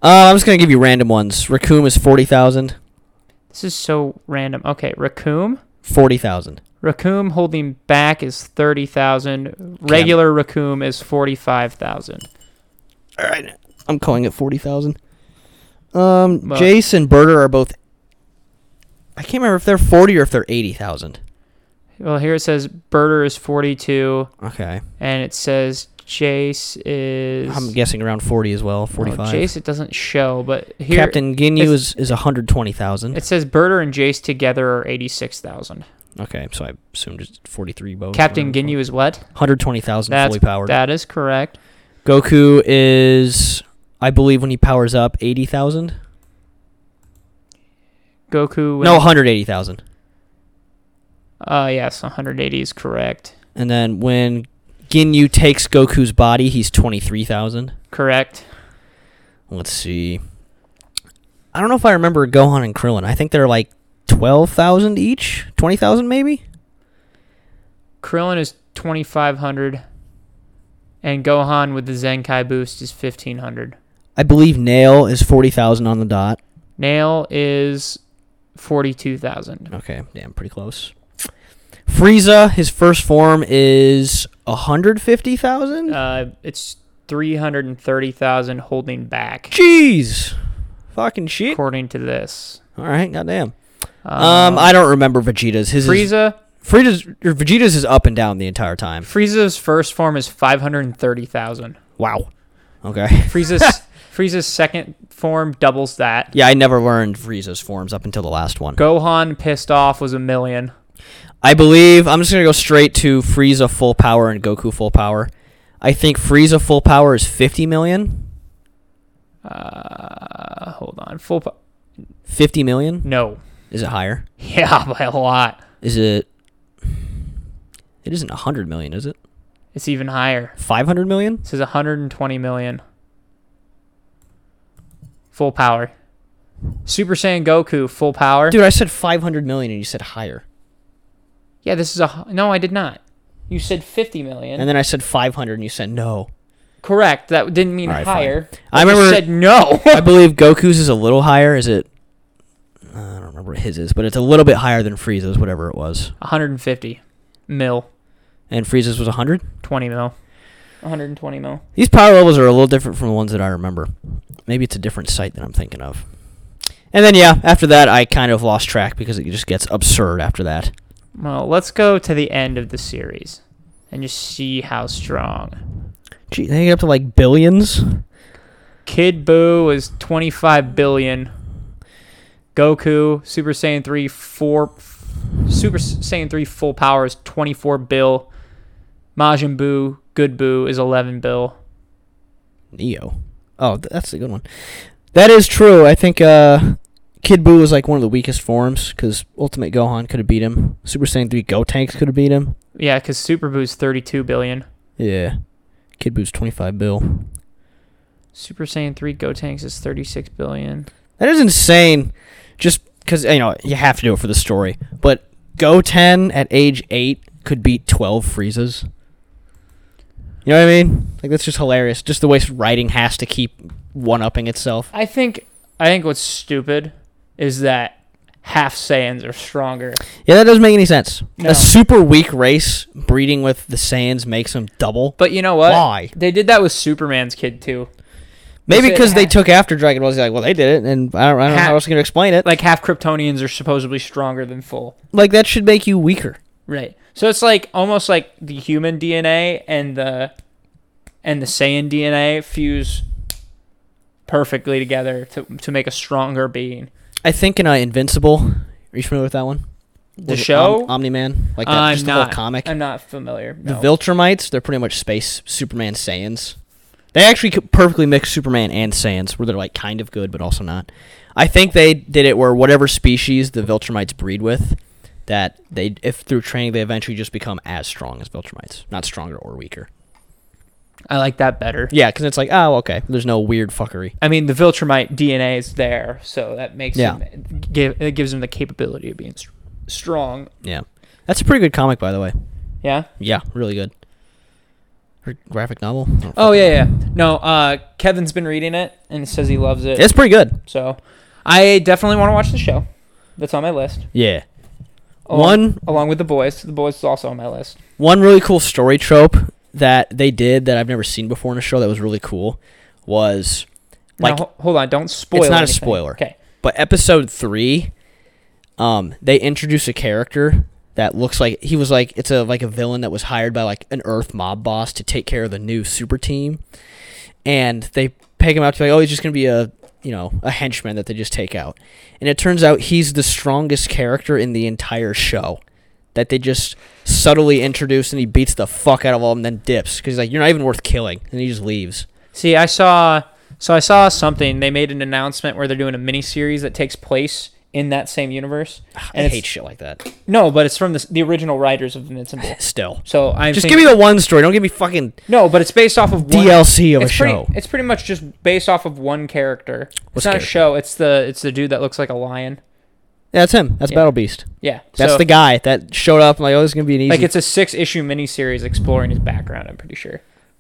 Uh, I'm just gonna give you random ones. Raccoon is forty thousand.
this is so random. Okay, Raccoon,
Forty thousand.
Raccoon holding back is 30,000. Regular Raccoon is 45,000.
All right, I'm calling it forty thousand. Um,
Well-
Jace and Berter are both. I can't remember if they're forty or if they're eighty thousand.
Well, here it says Birder is 42,
Okay,
and it says Jace is.
I'm guessing around forty as well.
Oh,
Forty-five.
Jace, it doesn't show, but here
Captain Ginyu
if-
is is hundred twenty thousand.
it says Birder and Jace together are 86,000.
Okay, so I assume just forty-three both.
Captain Ginyu is what?
Hundred twenty thousand
That's-
fully powered.
That is correct.
Goku is, I believe, when he powers up, eighty thousand.
Goku.
No, hundred eighty thousand.
Uh, yes, 180 is correct.
And then when Ginyu takes Goku's body, he's 23,000.
Correct.
Let's see. I don't know if I remember Gohan and Krillin. I think they're like 12,000 each, 20,000 maybe.
Krillin is 2,500. And Gohan with the Zenkai boost is 1,500.
I believe Nail is 40,000 on the dot.
Nail is 42,000.
Okay, damn, pretty close. Frieza, his first form is 150,000.
Uh, it's 330,000 holding back,
Jeez. Fucking shit.
according to this.
All right, goddamn. Um, I don't remember Vegeta's. His is,
Uh, Frieza.
Frieza's, or Vegeta's is up and down the entire time.
Frieza's first form is 530,000.
Wow. Okay.
Frieza's Frieza's second form doubles that.
Yeah, I never learned Frieza's forms up until the last one.
Gohan pissed off was a million.
I believe I'm just gonna go straight to Frieza full power and Goku full power. I think Frieza full power is 50 million.
Uh, hold on. Full po-
50 million?
no.
Is it higher?
Yeah, by a lot.
Is it? It isn't 100 million, is it?
It's even higher.
500 million?
This is 120 million. Full power. Super Saiyan Goku full power.
Dude, I said 500 million and you said higher,
Yeah, this is a hu- No, I did not. You said 50 million.
and then I said 500 and you said no.
Correct. That didn't mean
All right, fine.
higher.
I
You
remember.
said no.
I believe Goku's is a little higher. Is it? I don't remember. what his is, but it's a little bit higher than Frieza's, whatever it was.
150 mil,
And Frieza's was 100?
20 mil, 120 mil.
These power levels are a little different from the ones that I remember. Maybe it's a different site that I'm thinking of. And then, yeah, after that, I kind of lost track because it just gets absurd after that.
Well, let's go to the end of the series and just see how strong.
Gee, they get up to like billions.
Kid Buu is 25 billion. Goku Super Saiyan 3 4 Super Saiyan 3 full power is 24 bill. Majin Buu Good Buu is 11 bill.
Neo. Oh, th- that's a good one. That is true. I think uh, Kid Buu was like one of the weakest forms because Ultimate Gohan could have beat him. Super Saiyan 3 Gotenks could have beat him.
Yeah, cuz Super Buu's 32 billion.
Yeah. Kid Buu's 25 bill.
Super Saiyan 3 Gotenks is 36 billion.
That is insane. Just because, you know, you have to do it for the story. But Goten at age 8 could beat 12 Friezas. You know what I mean? Like, that's just hilarious. Just the way writing has to keep one upping itself.
I think I think what's stupid is that half Saiyans are stronger.
Yeah, that doesn't make any sense.
No.
A super weak race breeding with the Saiyans makes them double.
But you know what?
Why?
They did that with Superman's kid too.
Maybe
it
because they
ha-
took after Dragon Ball Z, like, well, they did it, and I don't, I don't know
Ha-
how else I'm going to explain it. Like,
Like half Kryptonians are supposedly stronger than full.
like, that should make you weaker.
Right. So it's like almost like the human DNA and the and the Saiyan DNA fuse perfectly together to to make a stronger being.
I think in uh, Invincible, are you familiar with that one?
The
Was it
show?
Om- Omni Man, like that,
I'm
just the
not
whole comic.
I'm not familiar.
The
no.
Viltrumites, they're pretty much space Superman Saiyans. They actually could perfectly mix Superman and Saiyans, where they're like kind of good but also not. I think they did it where whatever species the Viltrumites breed with, that they if through training they eventually just become as strong as Viltrumites, not stronger or weaker.
I like that better.
Yeah, because it's like oh okay, there's no weird fuckery.
I mean, the Viltrumite DNA is there, so that makes
Yeah.
him give it gives him the capability of being s- strong.
Yeah, that's a pretty good comic by the way.
Yeah.
Yeah, really good. Or graphic novel. I don't
Oh
fucking
yeah,
know.
yeah. No, uh, Kevin's been reading it and says he loves it.
it's pretty good.
So, I definitely want to watch the show. That's on my list.
Yeah.
Along-
One-
along with the boys. The boys is also on my list.
One really cool story trope that they did that I've never seen before in a show that was really cool was
Like,
like
hold on, don't spoil.
not a
anything.
spoiler.
Okay.
but episode 3 um they introduce a character that looks like he was like it's a like a villain that was hired by like an earth mob boss to take care of the new super team and they peg him out to be like oh he's just going to be a you know a henchman that they just take out and it turns out he's the strongest character in the entire show that they just subtly introduce and he beats the fuck out of all of them then dips because he's like you're not even worth killing and he just leaves
See, I saw. So I saw something. They made an announcement where they're doing a mini series that takes place in that same universe.
i
it's-
hate shit like that
No, but it's from the, the original writers of Invincible.
still
So I'm
just
thinking-
give me the one story don't give me fucking
no, but it's based off of one,
DLC of a
it's pretty,
show.
It's pretty much just based off of one character. It's
What's
not
character?
a show. It's the it's the dude that looks like a lion.
Yeah, that's him. That's
Yeah.
Battle Beast.
Yeah,
That's
so-
the guy that showed up. Like, oh, this is gonna be an easy.
Like it's a six issue miniseries exploring his background. I'm pretty sure.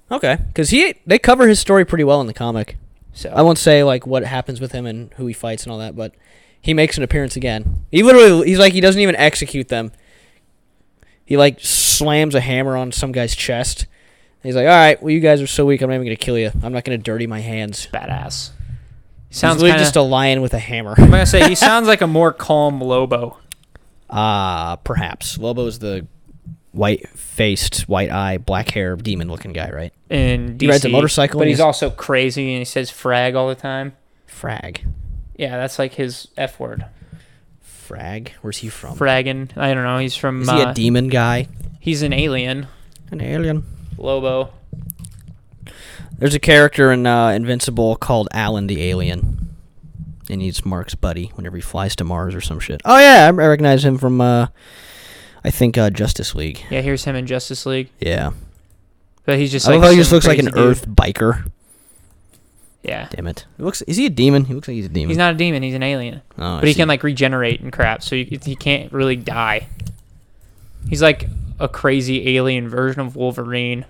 okay, because he they cover his story pretty well in the comic.
So
I won't say like what happens with him and who he fights and all that, but he makes an appearance again. He literally he's like he doesn't even execute them. He like slams a hammer on some guy's chest. He's like, all right, well, you guys are so weak, I'm not even gonna kill you. I'm not gonna dirty my hands.
badass.
Sounds
Sounds
he's
kind
literally
of.
just a lion with a hammer.
I'm gonna say he sounds like a more calm Lobo.
Ah, perhaps Lobo's the white-faced, white-eye, black-hair demon-looking guy, right?
In DC,
He rides a motorcycle
but
and
he's
he's-
also crazy and he says "frag" all the time.
Frag.
Yeah, that's like his F word.
Frag? Where's he from?
Fragging. I don't know. He's from.
Is he
uh,
a demon guy?
he's an alien.
An alien.
Lobo.
There's a character in uh, Invincible called Alan the Alien. And he's Mark's buddy whenever he flies to Mars or some shit. Oh, yeah, I recognize him from, uh, I think, uh, Justice League.
Yeah, here's him in Justice League.
Yeah.
But he's just.
I love
like
how he
some
just looks like an
crazy dude.
Earth biker.
Yeah.
Damn it. He looks. Is he a demon? He looks like he's a demon.
He's not a demon. He's an alien.
Oh, I
but he
see.
can like regenerate and crap, so he, he can't really die. He's like a crazy alien version of Wolverine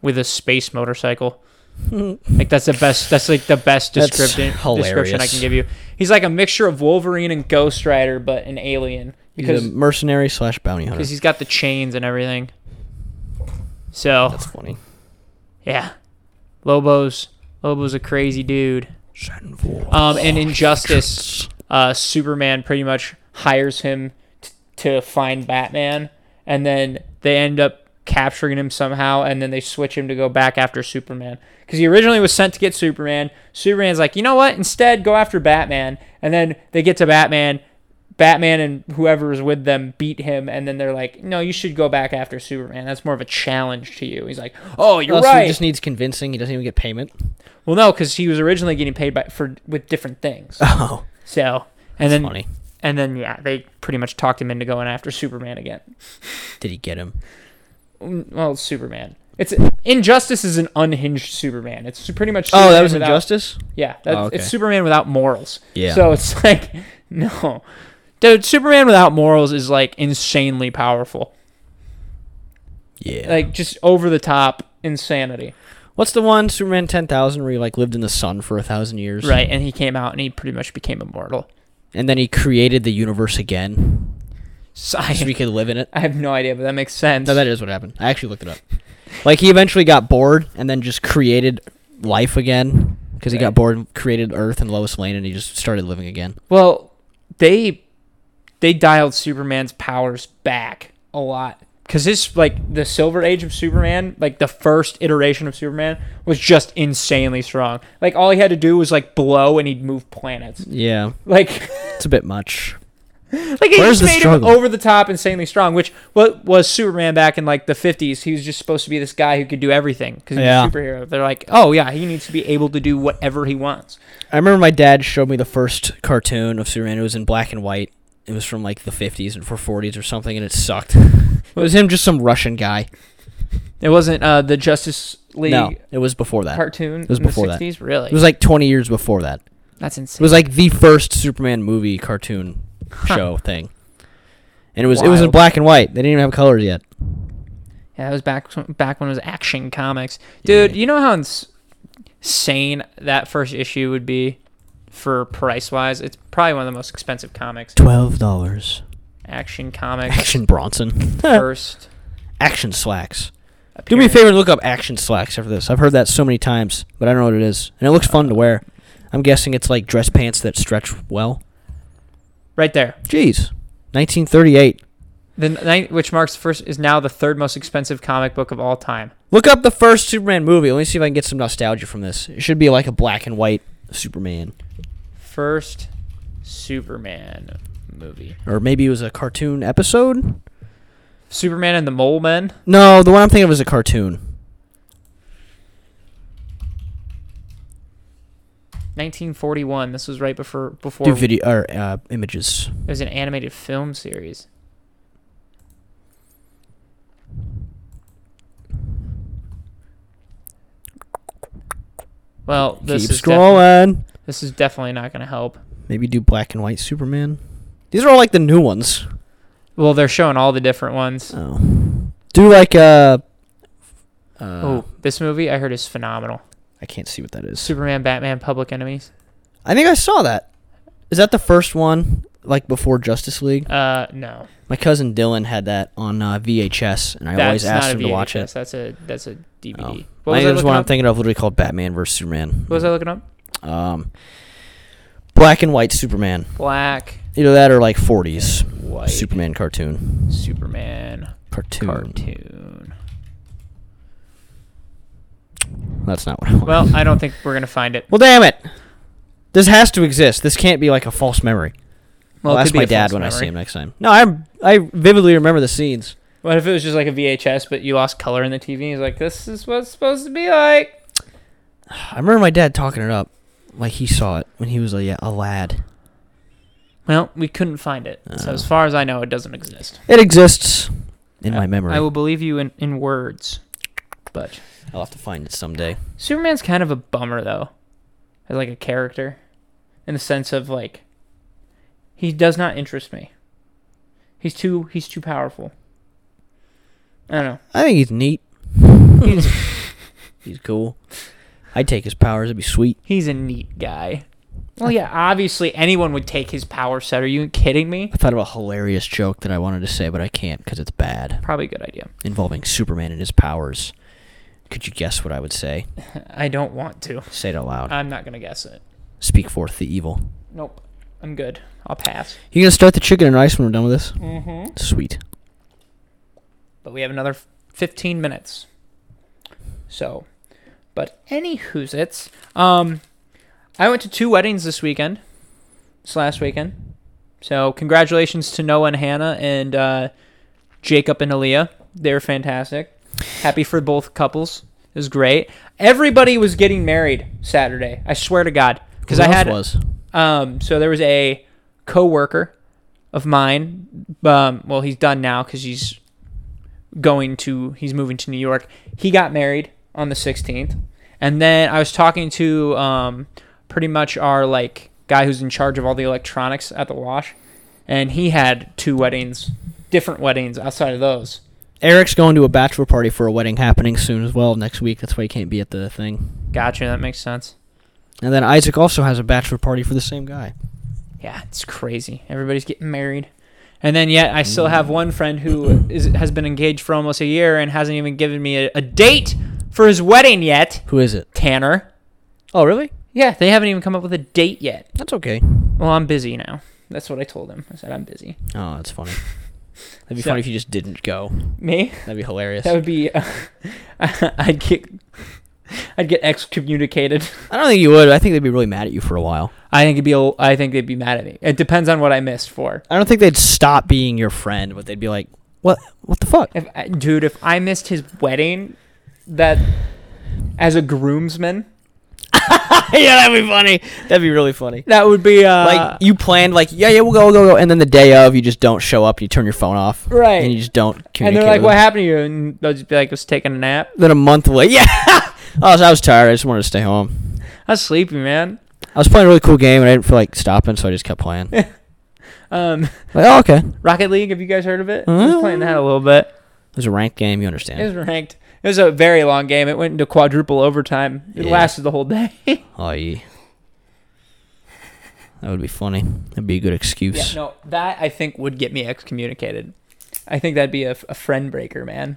with a space motorcycle. Like that's the best. That's like the best
That's
description description I
hilarious.
can give you. He's like a mixture of Wolverine and Ghost Rider, but an alien
Because
because
mercenary slash bounty hunter.
because he's got the chains and everything. So
That's funny.
yeah, Lobo's Lobo's a crazy dude.
Send for
Um, and Injustice, uh, Superman pretty much hires him t- to find Batman, and then they end up capturing him somehow, and then they switch him to go back after Superman because he originally was sent to get Superman. Superman's like, you know what? Instead, go after Batman, and then they get to Batman. Batman and whoever is with them beat him, and then they're like, "No, you should go back after Superman. That's more of a challenge to you." He's like, "Oh, you're
Oh, so
right."
he just needs convincing. He doesn't even get payment.
well, no, because he was originally getting paid by, for with different things.
Oh,
So and
that's
then
funny.
and then yeah, they pretty much talked him into going after Superman again.
Did he get him?
Mm, Well, Superman. It's Injustice is an unhinged Superman. It's pretty much
Oh, that
Superman
was
without-
injustice.
Yeah, that's,
Oh, okay.
it's Superman without morals.
Yeah.
So it's like no, dude. Superman without morals is like insanely powerful.
Yeah.
Like just over the top insanity.
What's the one Superman ten thousand where he like lived in the sun for a thousand years?
Right. And he came out and he pretty much became immortal.
And then he created the universe again so
Science.
we could live in it.
I have no idea, but that makes sense.
No, that is what happened. I actually looked it up. Like he eventually got bored and then just created life again because he
Right.
got bored, and created Earth and Lois Lane, and he just started living again.
Well, they they dialed Superman's powers back a lot because his like the Silver Age of Superman, like the first iteration of Superman, was just insanely strong. Like all he had to do was like blow and he'd move planets.
Yeah,
Like
it's a bit much.
like it
Where's
just
the
made
struggle?
him over the top, insanely strong. Which what was Superman back in like the fifties? He was just supposed to be this guy who could do everything because he's
Yeah.
a superhero. They're like, oh yeah, he needs to be able to do whatever he wants.
I remember my dad showed me the first cartoon of Superman. It was in black and white. It was from like the 50s and 440s or something, and it sucked. it was him, just some Russian guy.
It wasn't uh, the Justice League
No, it was before that.
cartoon.
It was
in
before
the
that.
60s? Really?
It was like 20 years before that.
That's
It
insane.
was like the first Superman movie cartoon show thing. And it was it was in
Wild.
black and white. They didn't even have colors yet.
yeah, that was back back when it was Action Comics, dude.
Yeah.
You know how ins- insane that first issue would be for price wise. It's probably one of the most expensive comics.
Twelve dollars.
Action Comics
Action Bronson.
first.
Action Slacks. Do me a favor and look up Action Slacks after this. I've heard that so many times, but I don't know what it is. And it looks fun to wear. I'm guessing it's like dress pants that stretch well.
right there.
Jeez. 1938.
The ninth, which marks the first, is now the third most expensive comic book of all time.
Look up the first Superman movie. Let me see if I can get some nostalgia from this. It should be like a black and white Superman.
First Superman movie.
Or maybe it was a cartoon episode?
Superman and the Mole Men.
No, the one I'm thinking of is a cartoon.
1941. This was right before before
Do video or uh, images.
It was an animated film series. Well, this
Keep
is, definitely,
scrolling.
this is definitely not going to help.
Maybe do black and white Superman. These are all like the new ones.
Well, they're showing all the different ones.
Oh. Do like a. Uh,
oh, this movie I heard is phenomenal.
I can't see what that is.
Superman, Batman, Public Enemies.
I think I saw that. Is that the first one? Like before Justice League?
Uh, no,
My cousin Dylan had that on uh, VHS, and I always asked him to watch
VHS.
it.
That's a that's a DVD.
Oh.
What
I
was
think
I
there's
looking
one I'm
up?
thinking of literally called Batman versus Superman.
What was I looking up?
Um, black and white Superman.
Black,
Either that or like 40s
white,
Superman cartoon.
Superman,
Cartoon.
cartoon.
That's not what I want.
Well, I don't think we're gonna find it.
Well, damn it. This has to exist. This can't be like a false memory. I'll
Well, it
ask
could be
my
a
dad
false
when I see
memory.
him next time. No, I I vividly remember the scenes.
What if it was just like a VHS, but you lost color in the TV? He's like, "This is what it's supposed to be like."
I remember my dad talking it up, like he saw it when he was a, yeah, a lad.
Well, we couldn't find it, so as
Oh.
far as I know, it doesn't exist
It exists in
I-
my memory.
I will believe you in, in words, but
I'll have to find it someday.
Superman's kind of a bummer though, as like a character, in the sense of like, he does not interest me. He's too he's too powerful. I don't know.
I think he's neat. he's cool. I'd take his powers. It'd be sweet.
He's a neat guy. Well, yeah, obviously anyone would take his power set. Are you kidding me?
I thought of a hilarious joke that I wanted to say, but I can't because it's bad,
Probably a good idea.
involving Superman and his powers. Could you guess what I would say?
I don't want to.
Say it out loud.
I'm not gonna guess it.
Speak forth the evil.
Nope. I'm good. I'll pass.
You gonna start the chicken and rice when we're done with this?
Mm.
Mm-hmm. Sweet.
But we have another f- 15 minutes. So, but any who's it's. Um, I went to two weddings this weekend, this last weekend. So congratulations to Noah and Hannah and uh, Jacob and Aaliyah. They're fantastic. Happy for both couples. It was great. Everybody was getting married Saturday. I swear to God, because
Who
I
else
had
was
um, so there was a coworker of mine. Um, well, he's done now because he's going to he's moving to New York. He got married on the 16th, and then I was talking to um, pretty much our like guy who's in charge of all the electronics at the wash, and he had two weddings, different weddings outside of those.
Eric's going to a bachelor party for a wedding happening soon as well next week. That's why he can't be at the thing.
Gotcha, that makes sense.
And then Isaac also has a bachelor party for the same guy.
Yeah, it's crazy. Everybody's getting married. And then yet I still have one friend who is has been engaged for almost a year and hasn't even given me a, a date for his wedding yet.
Who is it?
Tanner.
Oh, really?
Yeah, they haven't even come up with a date yet.
That's okay.
Well, I'm busy now. That's what I told him. I said I'm busy.
Oh, that's funny. That'd be
So-
funny if you just didn't go.
Me?
That'd be hilarious.
That would be uh, I'd get I'd get excommunicated.
I don't think you would. I think they'd be really mad at you for a while.
I think it'd be a, I think they'd be mad at me. It depends on what I missed for.
I don't think they'd stop being your friend, but they'd be like, "What? What the fuck?"
If I, dude, if I missed his wedding, that as a groomsman,
yeah, that'd be funny. That'd be really funny.
that would be uh,
like you planned, like, "Yeah, yeah, we'll go, go, go," and then the day of, you just don't show up. You turn your phone off,
Right.
And you just don't
and
communicate.
they're like,
with
"What
them.
happened to you?" And they'll just be like, "I was taking a nap.
Then a month later, yeah. I was, I was tired. I just wanted to stay home.
I was sleepy, man."
I was playing a really cool game, and I didn't feel like stopping, so I just kept playing. like,
Um,
oh, okay. It
Rocket League, have you guys heard of it? I was playing that a little bit.
was a ranked game. You
It
understand?
was ranked. It was a very long game. It went into quadruple overtime. It
Yeah.
lasted the whole day. yeah,
Oh, yeah. That would be funny. That'd be a good excuse.
no, that I think would get me excommunicated. I think that'd be a, a friend breaker, man.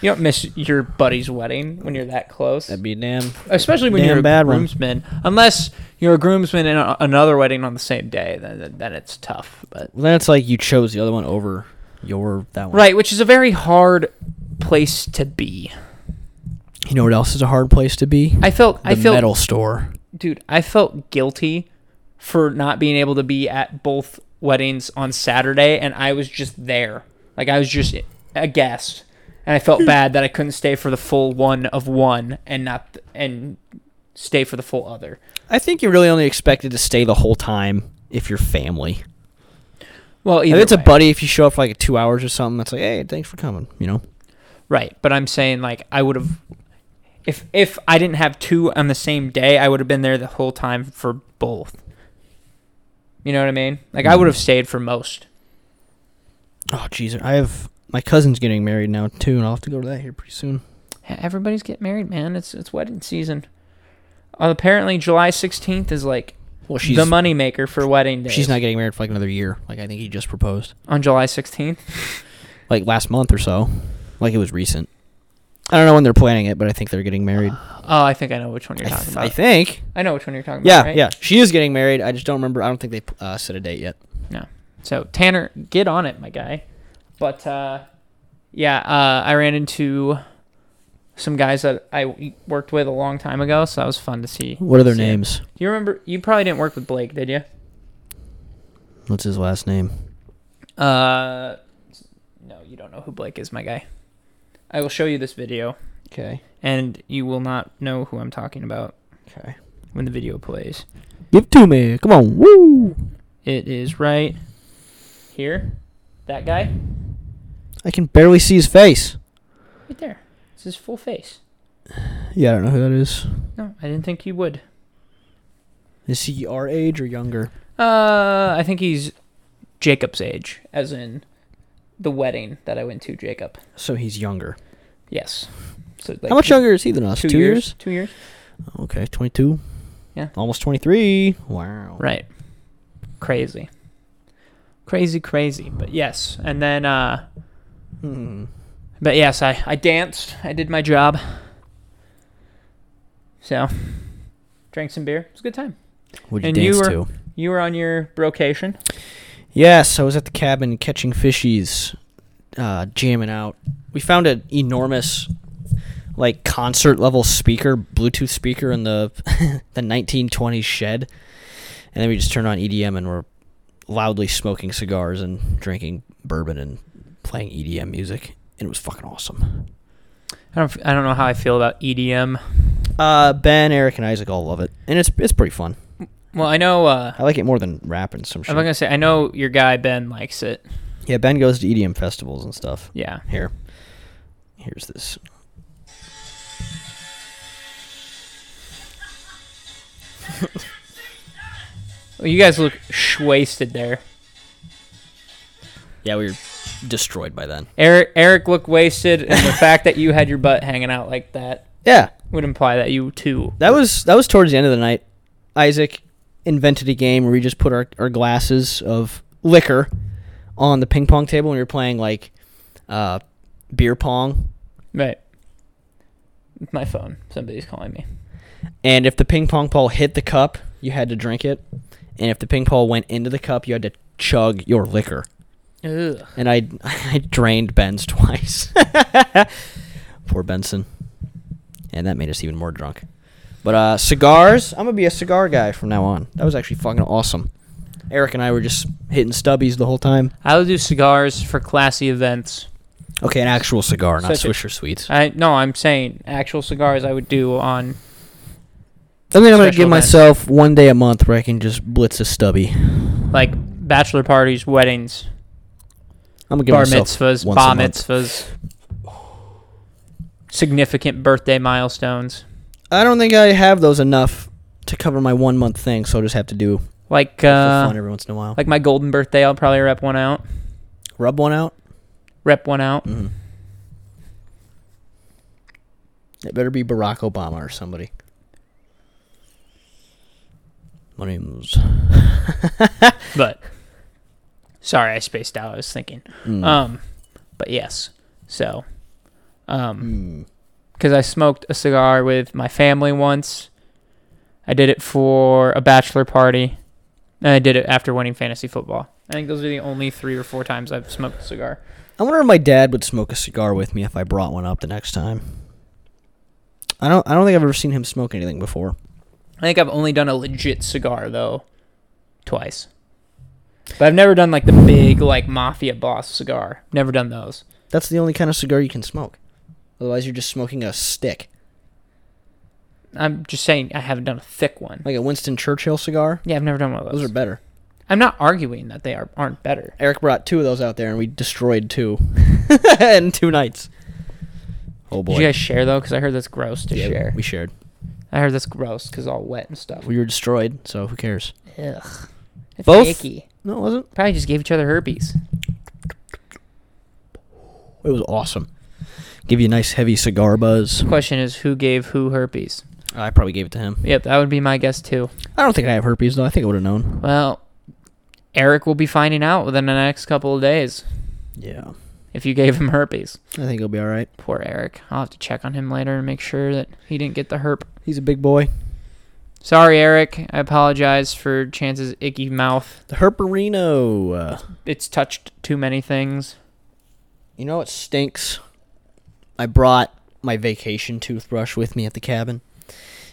You don't miss your buddy's wedding when you're that close.
That'd be damn.
especially when
Damn
you're a
bad one.
groomsman. Unless you're a groomsman in a, another wedding on the same day, then, then, then it's tough. But
Well, then it's like you chose the other one over your that one.
right, which is a very hard place to be.
You know what else is a hard place to be?
I felt,
The
I felt,
metal store.
dude, I felt guilty for not being able to be at both weddings on Saturday, and I was just there, like I was just a guest, and I felt bad that I couldn't stay for the full one of one and not and stay for the full other.
I think you're really only expected to stay the whole time if you're family.
Well,
If
either
it's a
way.
buddy, if you show up for like two hours or something, that's like, hey, thanks for coming. You know.
Right, but I'm saying like I would have if if I didn't have two on the same day, I would have been there the whole time for both. You know what I mean? Like I would have stayed for most.
Oh jeez, I have my cousin's getting married now too, and I'll have to go to that here pretty soon.
E, Everybody's getting married, man. It's it's wedding season. Uh, apparently July 16th is like
Well, she's
the moneymaker for wedding days.
she's not getting married for like another year. Like I think he just proposed,
on July 16th.
like last month or so. Like it was recent. I don't know when they're planning it, but I think they're getting married.
Oh, I think I know which one you're
I,
talking
th-
about. I,
I think.
know which one you're talking
Yeah,
about. right?
yeah. She is getting married. I just don't remember. I don't think they uh, set a date yet.
So Tanner, get on it, my guy. But uh, yeah, uh, I ran into some guys that I worked with a long time ago, so that was fun to see.
What are their
see it.
names?
You remember? You probably didn't work with Blake, did you?
What's his last name?
Uh, no, you don't know who Blake is, my guy. I will show you this video,
Okay.
and you will not know who I'm talking about
Okay.
when the video plays.
Give it to me. Come on. Woo.
It is right here. That guy,
I can barely see his face.
right there. It's his full face.
Yeah, I don't know who that is.
No, I didn't think you would.
Is he our age or younger?
Uh, I think he's Jacob's age, as in the wedding that I went to, Jacob.
So he's younger.
Yes. So like
How much younger is he than us?
Two, years? Two years.
Okay, 22.
Yeah.
Almost 23. Wow.
Right. Crazy. Crazy, crazy. But yes. And then, uh,
Hmm.
but yes, I, I danced. I did my job. So, drank some beer. It was a good time.
Would you
And you
dance
were-
to?
You were on your brocation.
Yes, I was at the cabin catching fishies, uh, jamming out. We found an enormous, like concert level speaker, Bluetooth speaker in the the 1920s shed, and then we just turned on EDM and were loudly smoking cigars and drinking bourbon and playing EDM music, and it was fucking awesome.
I don't, f- I don't know how I feel about E EDM.
Uh, ben, Eric, and Isaac all love it, and it's it's pretty fun.
Well, I know, uh,
I like it more than rap and some
I'm
Oh, shit.
not going to say, I know your guy Ben likes it.
yeah, Ben goes to EDM festivals and stuff.
Yeah.
Here. Here's this.
Well, you guys look sh- wasted there.
Yeah, we were destroyed by then.
Eric, Eric looked wasted, and the fact that you had your butt hanging out like that
Yeah.
would imply that you too.
That was that was towards the end of the night. Isaac invented a game where we just put our, our glasses of liquor on the ping pong table and we were playing like uh, beer pong.
Right. My phone. Somebody's calling me.
And if the ping pong ball hit the cup, you had to drink it. And if the ping pong went into the cup, you had to chug your liquor.
Ugh.
And I I drained Ben's twice. Poor Benson. And that made us even more drunk. But uh cigars, I'm gonna be a cigar guy from now on. That was actually fucking awesome. Eric and I were just hitting stubbies the whole time.
I will do cigars for classy events.
Okay, an actual cigar, not
Such a-
Swisher Sweets. I
I no, I'm saying actual cigars I would do on.
think I'm gonna
special
give
event.
myself one day a month where I can just blitz a stubby. I'm
Like bachelor parties, weddings,
gonna give
bar
myself
mitzvahs,
once
bar
a month.
mitzvahs, significant birthday milestones,
I don't think I have those enough to cover my one month thing, so I'll just have to do
like
for fun
uh,
every once in a while.
like my golden birthday. I'll probably rep one out.
Rub one out.
Rep one out.
Mm. It better be Barack Obama or somebody. My name's.
But sorry, I spaced out. I was thinking.
Mm.
Um, but yes. So, um,
Mm.
because I smoked a cigar with my family once. I did it for a bachelor party, and I did it after winning fantasy football. I think those are the only three or four times I've smoked a cigar.
I wonder if my dad would smoke a cigar with me if I brought one up the next time. I don't. I don't think I've ever seen him smoke anything before.
I think I've only done a legit cigar though, twice. But I've never done like the big like mafia boss cigar. Never done those.
That's the only kind of cigar you can smoke. Otherwise, you're just smoking a stick,
I'm just saying I haven't done a thick one.
like a Winston Churchill cigar.
Yeah, I've never done one of
Those
those.
are better.
I'm not arguing that they are aren't better.
Eric brought two of those out there, and we destroyed two in two nights. Oh boy!
Did you guys share though? Because I heard that's gross to
Yeah,
share.
We shared.
I heard that's gross because all wet and stuff.
We were destroyed, so who cares?
Ugh. It's
Both?
icky.
No, it wasn't.
Probably just gave each other herpes.
It was awesome. Give you a nice heavy cigar buzz.
Question is, who gave who herpes?
I probably gave it to him.
Yep, that would be my guess too.
I don't think I have herpes though. I think I would have known.
Well, Eric will be finding out within the next couple of days
Yeah,
if you gave him herpes.
I think it'll be all right.
Poor Eric. I'll have to check on him later and make sure that he didn't get the herp.
He's a big boy.
Sorry, Eric. I apologize for Chance's icky mouth.
The herperino. Uh,
It's touched too many things.
you know what stinks? I brought my vacation toothbrush with me at the cabin,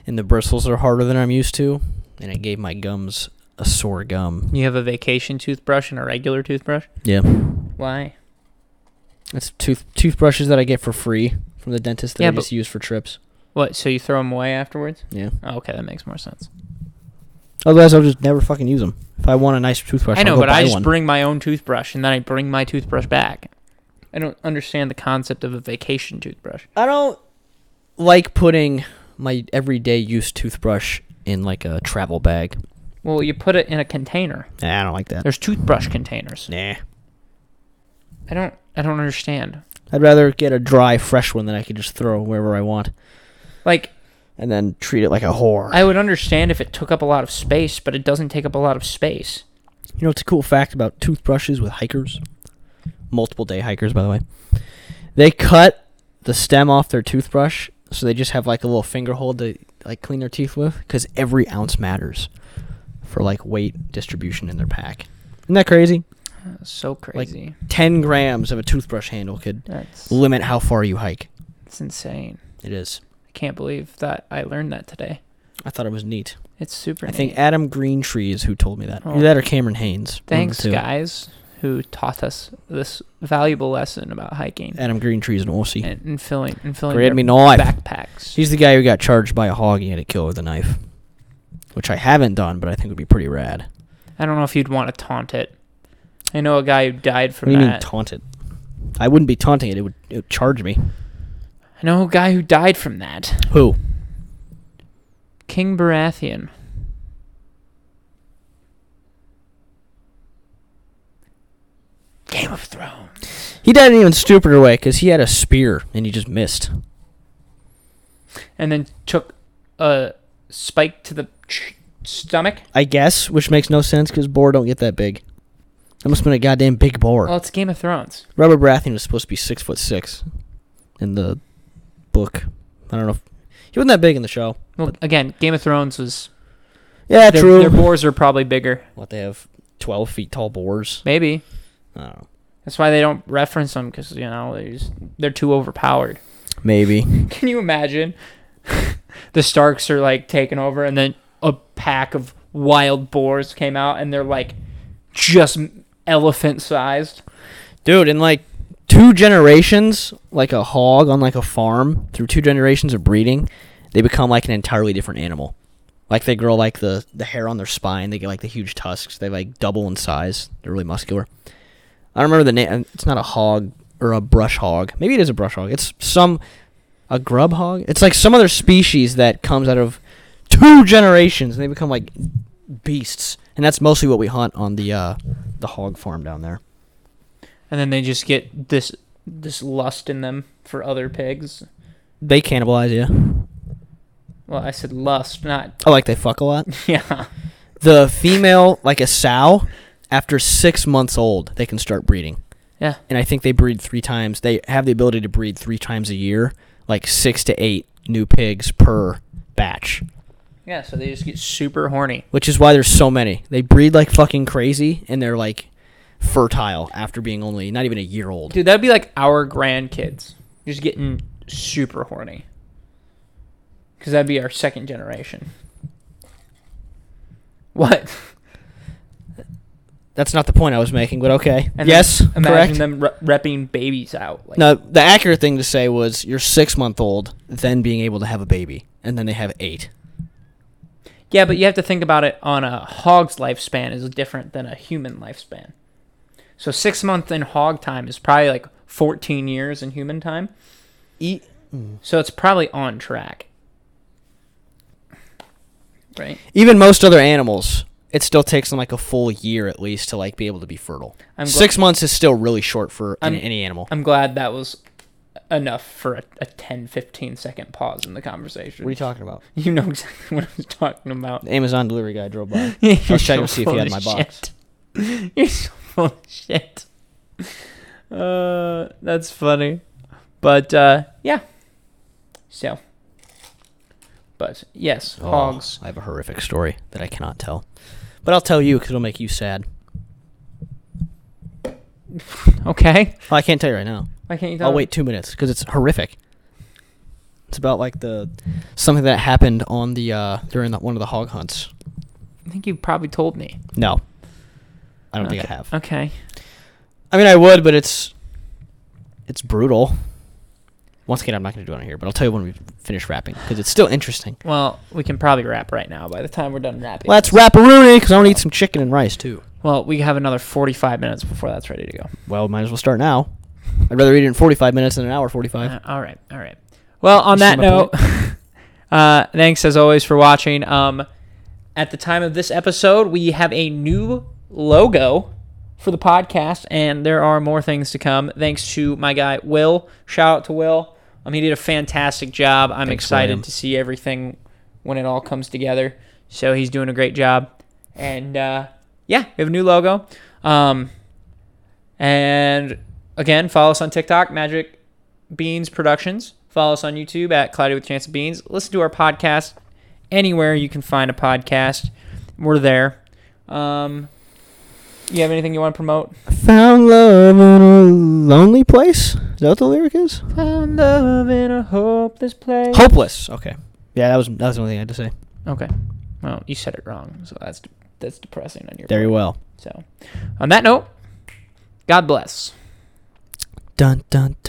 and the bristles are harder than I'm used to, and it gave my gums a sore gum.
You have a vacation toothbrush and a regular toothbrush?
Yeah,
Why?
that's tooth toothbrushes that I get for free from the dentist that
Yeah,
I
but-
just use for trips.
What? So you throw them away afterwards?
Yeah.
Oh, okay, that makes more sense.
Otherwise, I'll just never fucking use them. If I want a nice toothbrush,
I know,
I'll go
but
buy
I just
one.
bring my own toothbrush and then I bring my toothbrush back. I don't understand the concept of a vacation toothbrush.
I don't like putting my everyday use toothbrush in like a travel bag.
Well, you put it in a container.
Nah, I don't like that.
There's toothbrush containers.
Nah.
I don't. I don't understand.
I'd rather get a dry, fresh one that I could just throw wherever I want.
Like,
and then treat it like a whore.
I would understand if it took up a lot of space, but it doesn't take up a lot of space.
You know, it's a cool fact about toothbrushes with hikers, multiple day hikers, by the way. They cut the stem off their toothbrush, so they just have like a little finger hold to like clean their teeth with, because every ounce matters for like weight distribution in their pack. Isn't that crazy?
That's So crazy.
Ten grams of a toothbrush handle could
that's,
limit how far you hike.
that's insane.
It is.
I can't believe that I learned that today.
I thought it was neat.
It's super.
I think
neat.
Adam Greentree is who told me that.
Oh.
Either that or Cameron Haynes. one of the
Thanks,
two.
guys, who taught us this valuable lesson about hiking
Adam Greentree's an Aussie.
and, and filling and filling
Grab
their
me knife.
backpacks.
He's the guy who got charged by a hog and he had to kill with a knife, which I haven't done, but I think would be pretty rad.
I don't know if you'd want to taunt it. I know a guy who died
What do
from
you mean
that.
taunted? I wouldn't be taunting it. It would, it would charge me.
I know a guy who died from that.
Who?
King Baratheon. Game of Thrones.
He died in an even stupider way because he had a spear and he just missed.
And then took a spike to the ch- stomach.
I guess, which makes no sense because boar don't get that big. That must have been a goddamn big boar.
Well, it's Game of Thrones.
Robert Baratheon was supposed to be six foot six in the book. I don't know. If, he wasn't that big in the show.
Well, again, Game of Thrones was.
Yeah,
their,
true.
Their boars are probably bigger.
what they have, twelve feet tall boars.
Maybe
I don't know.
that's why they don't reference them because you know they're, just, they're too overpowered.
Maybe.
Can you imagine? the Starks are like taken over, and then a pack of wild boars came out, and they're like just elephant sized.
Dude, in like two generations, like a hog on like a farm, through two generations of breeding, they become like an entirely different animal. Like they grow like the, the hair on their spine, they get like the huge tusks, they like double in size. They're really muscular. I don't remember the name it's not a hog or a brush hog. Maybe it is a brush hog. It's some a grub hog. It's like some other species that comes out of two generations and they become like beasts. And that's mostly what we hunt on the uh, the hog farm down there.
And then they just get this this lust in them for other pigs.
They cannibalize you.
Well, I said lust, not
Oh, like they fuck a lot.
yeah.
The female, like a sow, after six months old, they can start breeding.
Yeah.
And I think they breed three times. They have the ability to breed three times a year, like six to eight new pigs per batch,
Yeah, so they just get super horny.
which is why there's so many. They breed like fucking crazy, and they're like fertile after being only not even a year old.
Dude, that'd be like our grandkids just getting super horny. Because that'd be our second generation. What?
That's not the point I was making, but okay.
And then
yes, correct.
Imagine them re- repping babies out. Like,
No, the accurate thing to say was you're six month old, then being able to have a baby, and then they have eight.
Yeah, but you have to think about it on a hog's lifespan is different than a human lifespan. So six months in hog time is probably like 14 years in human time.
E-
So it's probably on track. Right?
even most other animals, it still takes them like a full year at least to like be able to be fertile.
I'm gl-
Six months is still really short for an-
I'm-
any animal.
I'm glad that was enough for a, a 10, 15 second pause in the conversation.
talking about?
you know exactly what I was talking about.
The Amazon delivery guy drove by.
You're
I was checking to
so
see if he had
full
my
of
box.
shit. You're so full of shit. Uh, that's funny. But, uh, yeah. So. But, yes,
Oh,
hogs.
I have a horrific story that I cannot tell, but I'll tell you because it'll make you sad.
Okay.
Oh, I can't tell you right now.
Why can't you tell
I'll
them?
wait two minutes because it's horrific. It's about like the something that happened on the uh, during the, one of the hog hunts.
I think you probably told me.
No, I don't think I have.
Okay.
I mean, I would, but it's it's brutal. Once again, I'm not going to do it on here, but I'll tell you when we finish wrapping because it's still interesting.
Well, we can probably wrap right now by the time we're done wrapping.
Let's wrap a Rooney because I want to eat some chicken and rice too.
Well, we have another 45 minutes before that's ready to go.
Well, might as well start now. I'd rather eat it in 45 minutes than an hour 45.
Uh, all right, all right. Well,
You
on that
see my
note, uh, thanks as always for watching. Um, at the time of this episode, we have a new logo for the podcast, and there are more things to come. Thanks to my guy Will. Shout out to Will. Um, he did a fantastic job. I'm
Thanks,
excited
William.
to see everything when it all comes together. So he's doing a great job. And uh, yeah, we have a new logo. Um, and again, follow us on TikTok, Magic Beans Productions. Follow us on YouTube at Cloudy with a Chance of Beans. Listen to our podcast anywhere you can find a podcast. We're there. Um, you have anything you want to promote?
I found love in a lonely place. Is that what the lyric is?
Found love in a hopeless place.
Hopeless. Okay. Yeah, that was that was the only thing I had to say.
Okay. Well, you said it wrong, so that's that's depressing on your
Very
part.
well.
So, on that note, God bless.
Dun dun dun.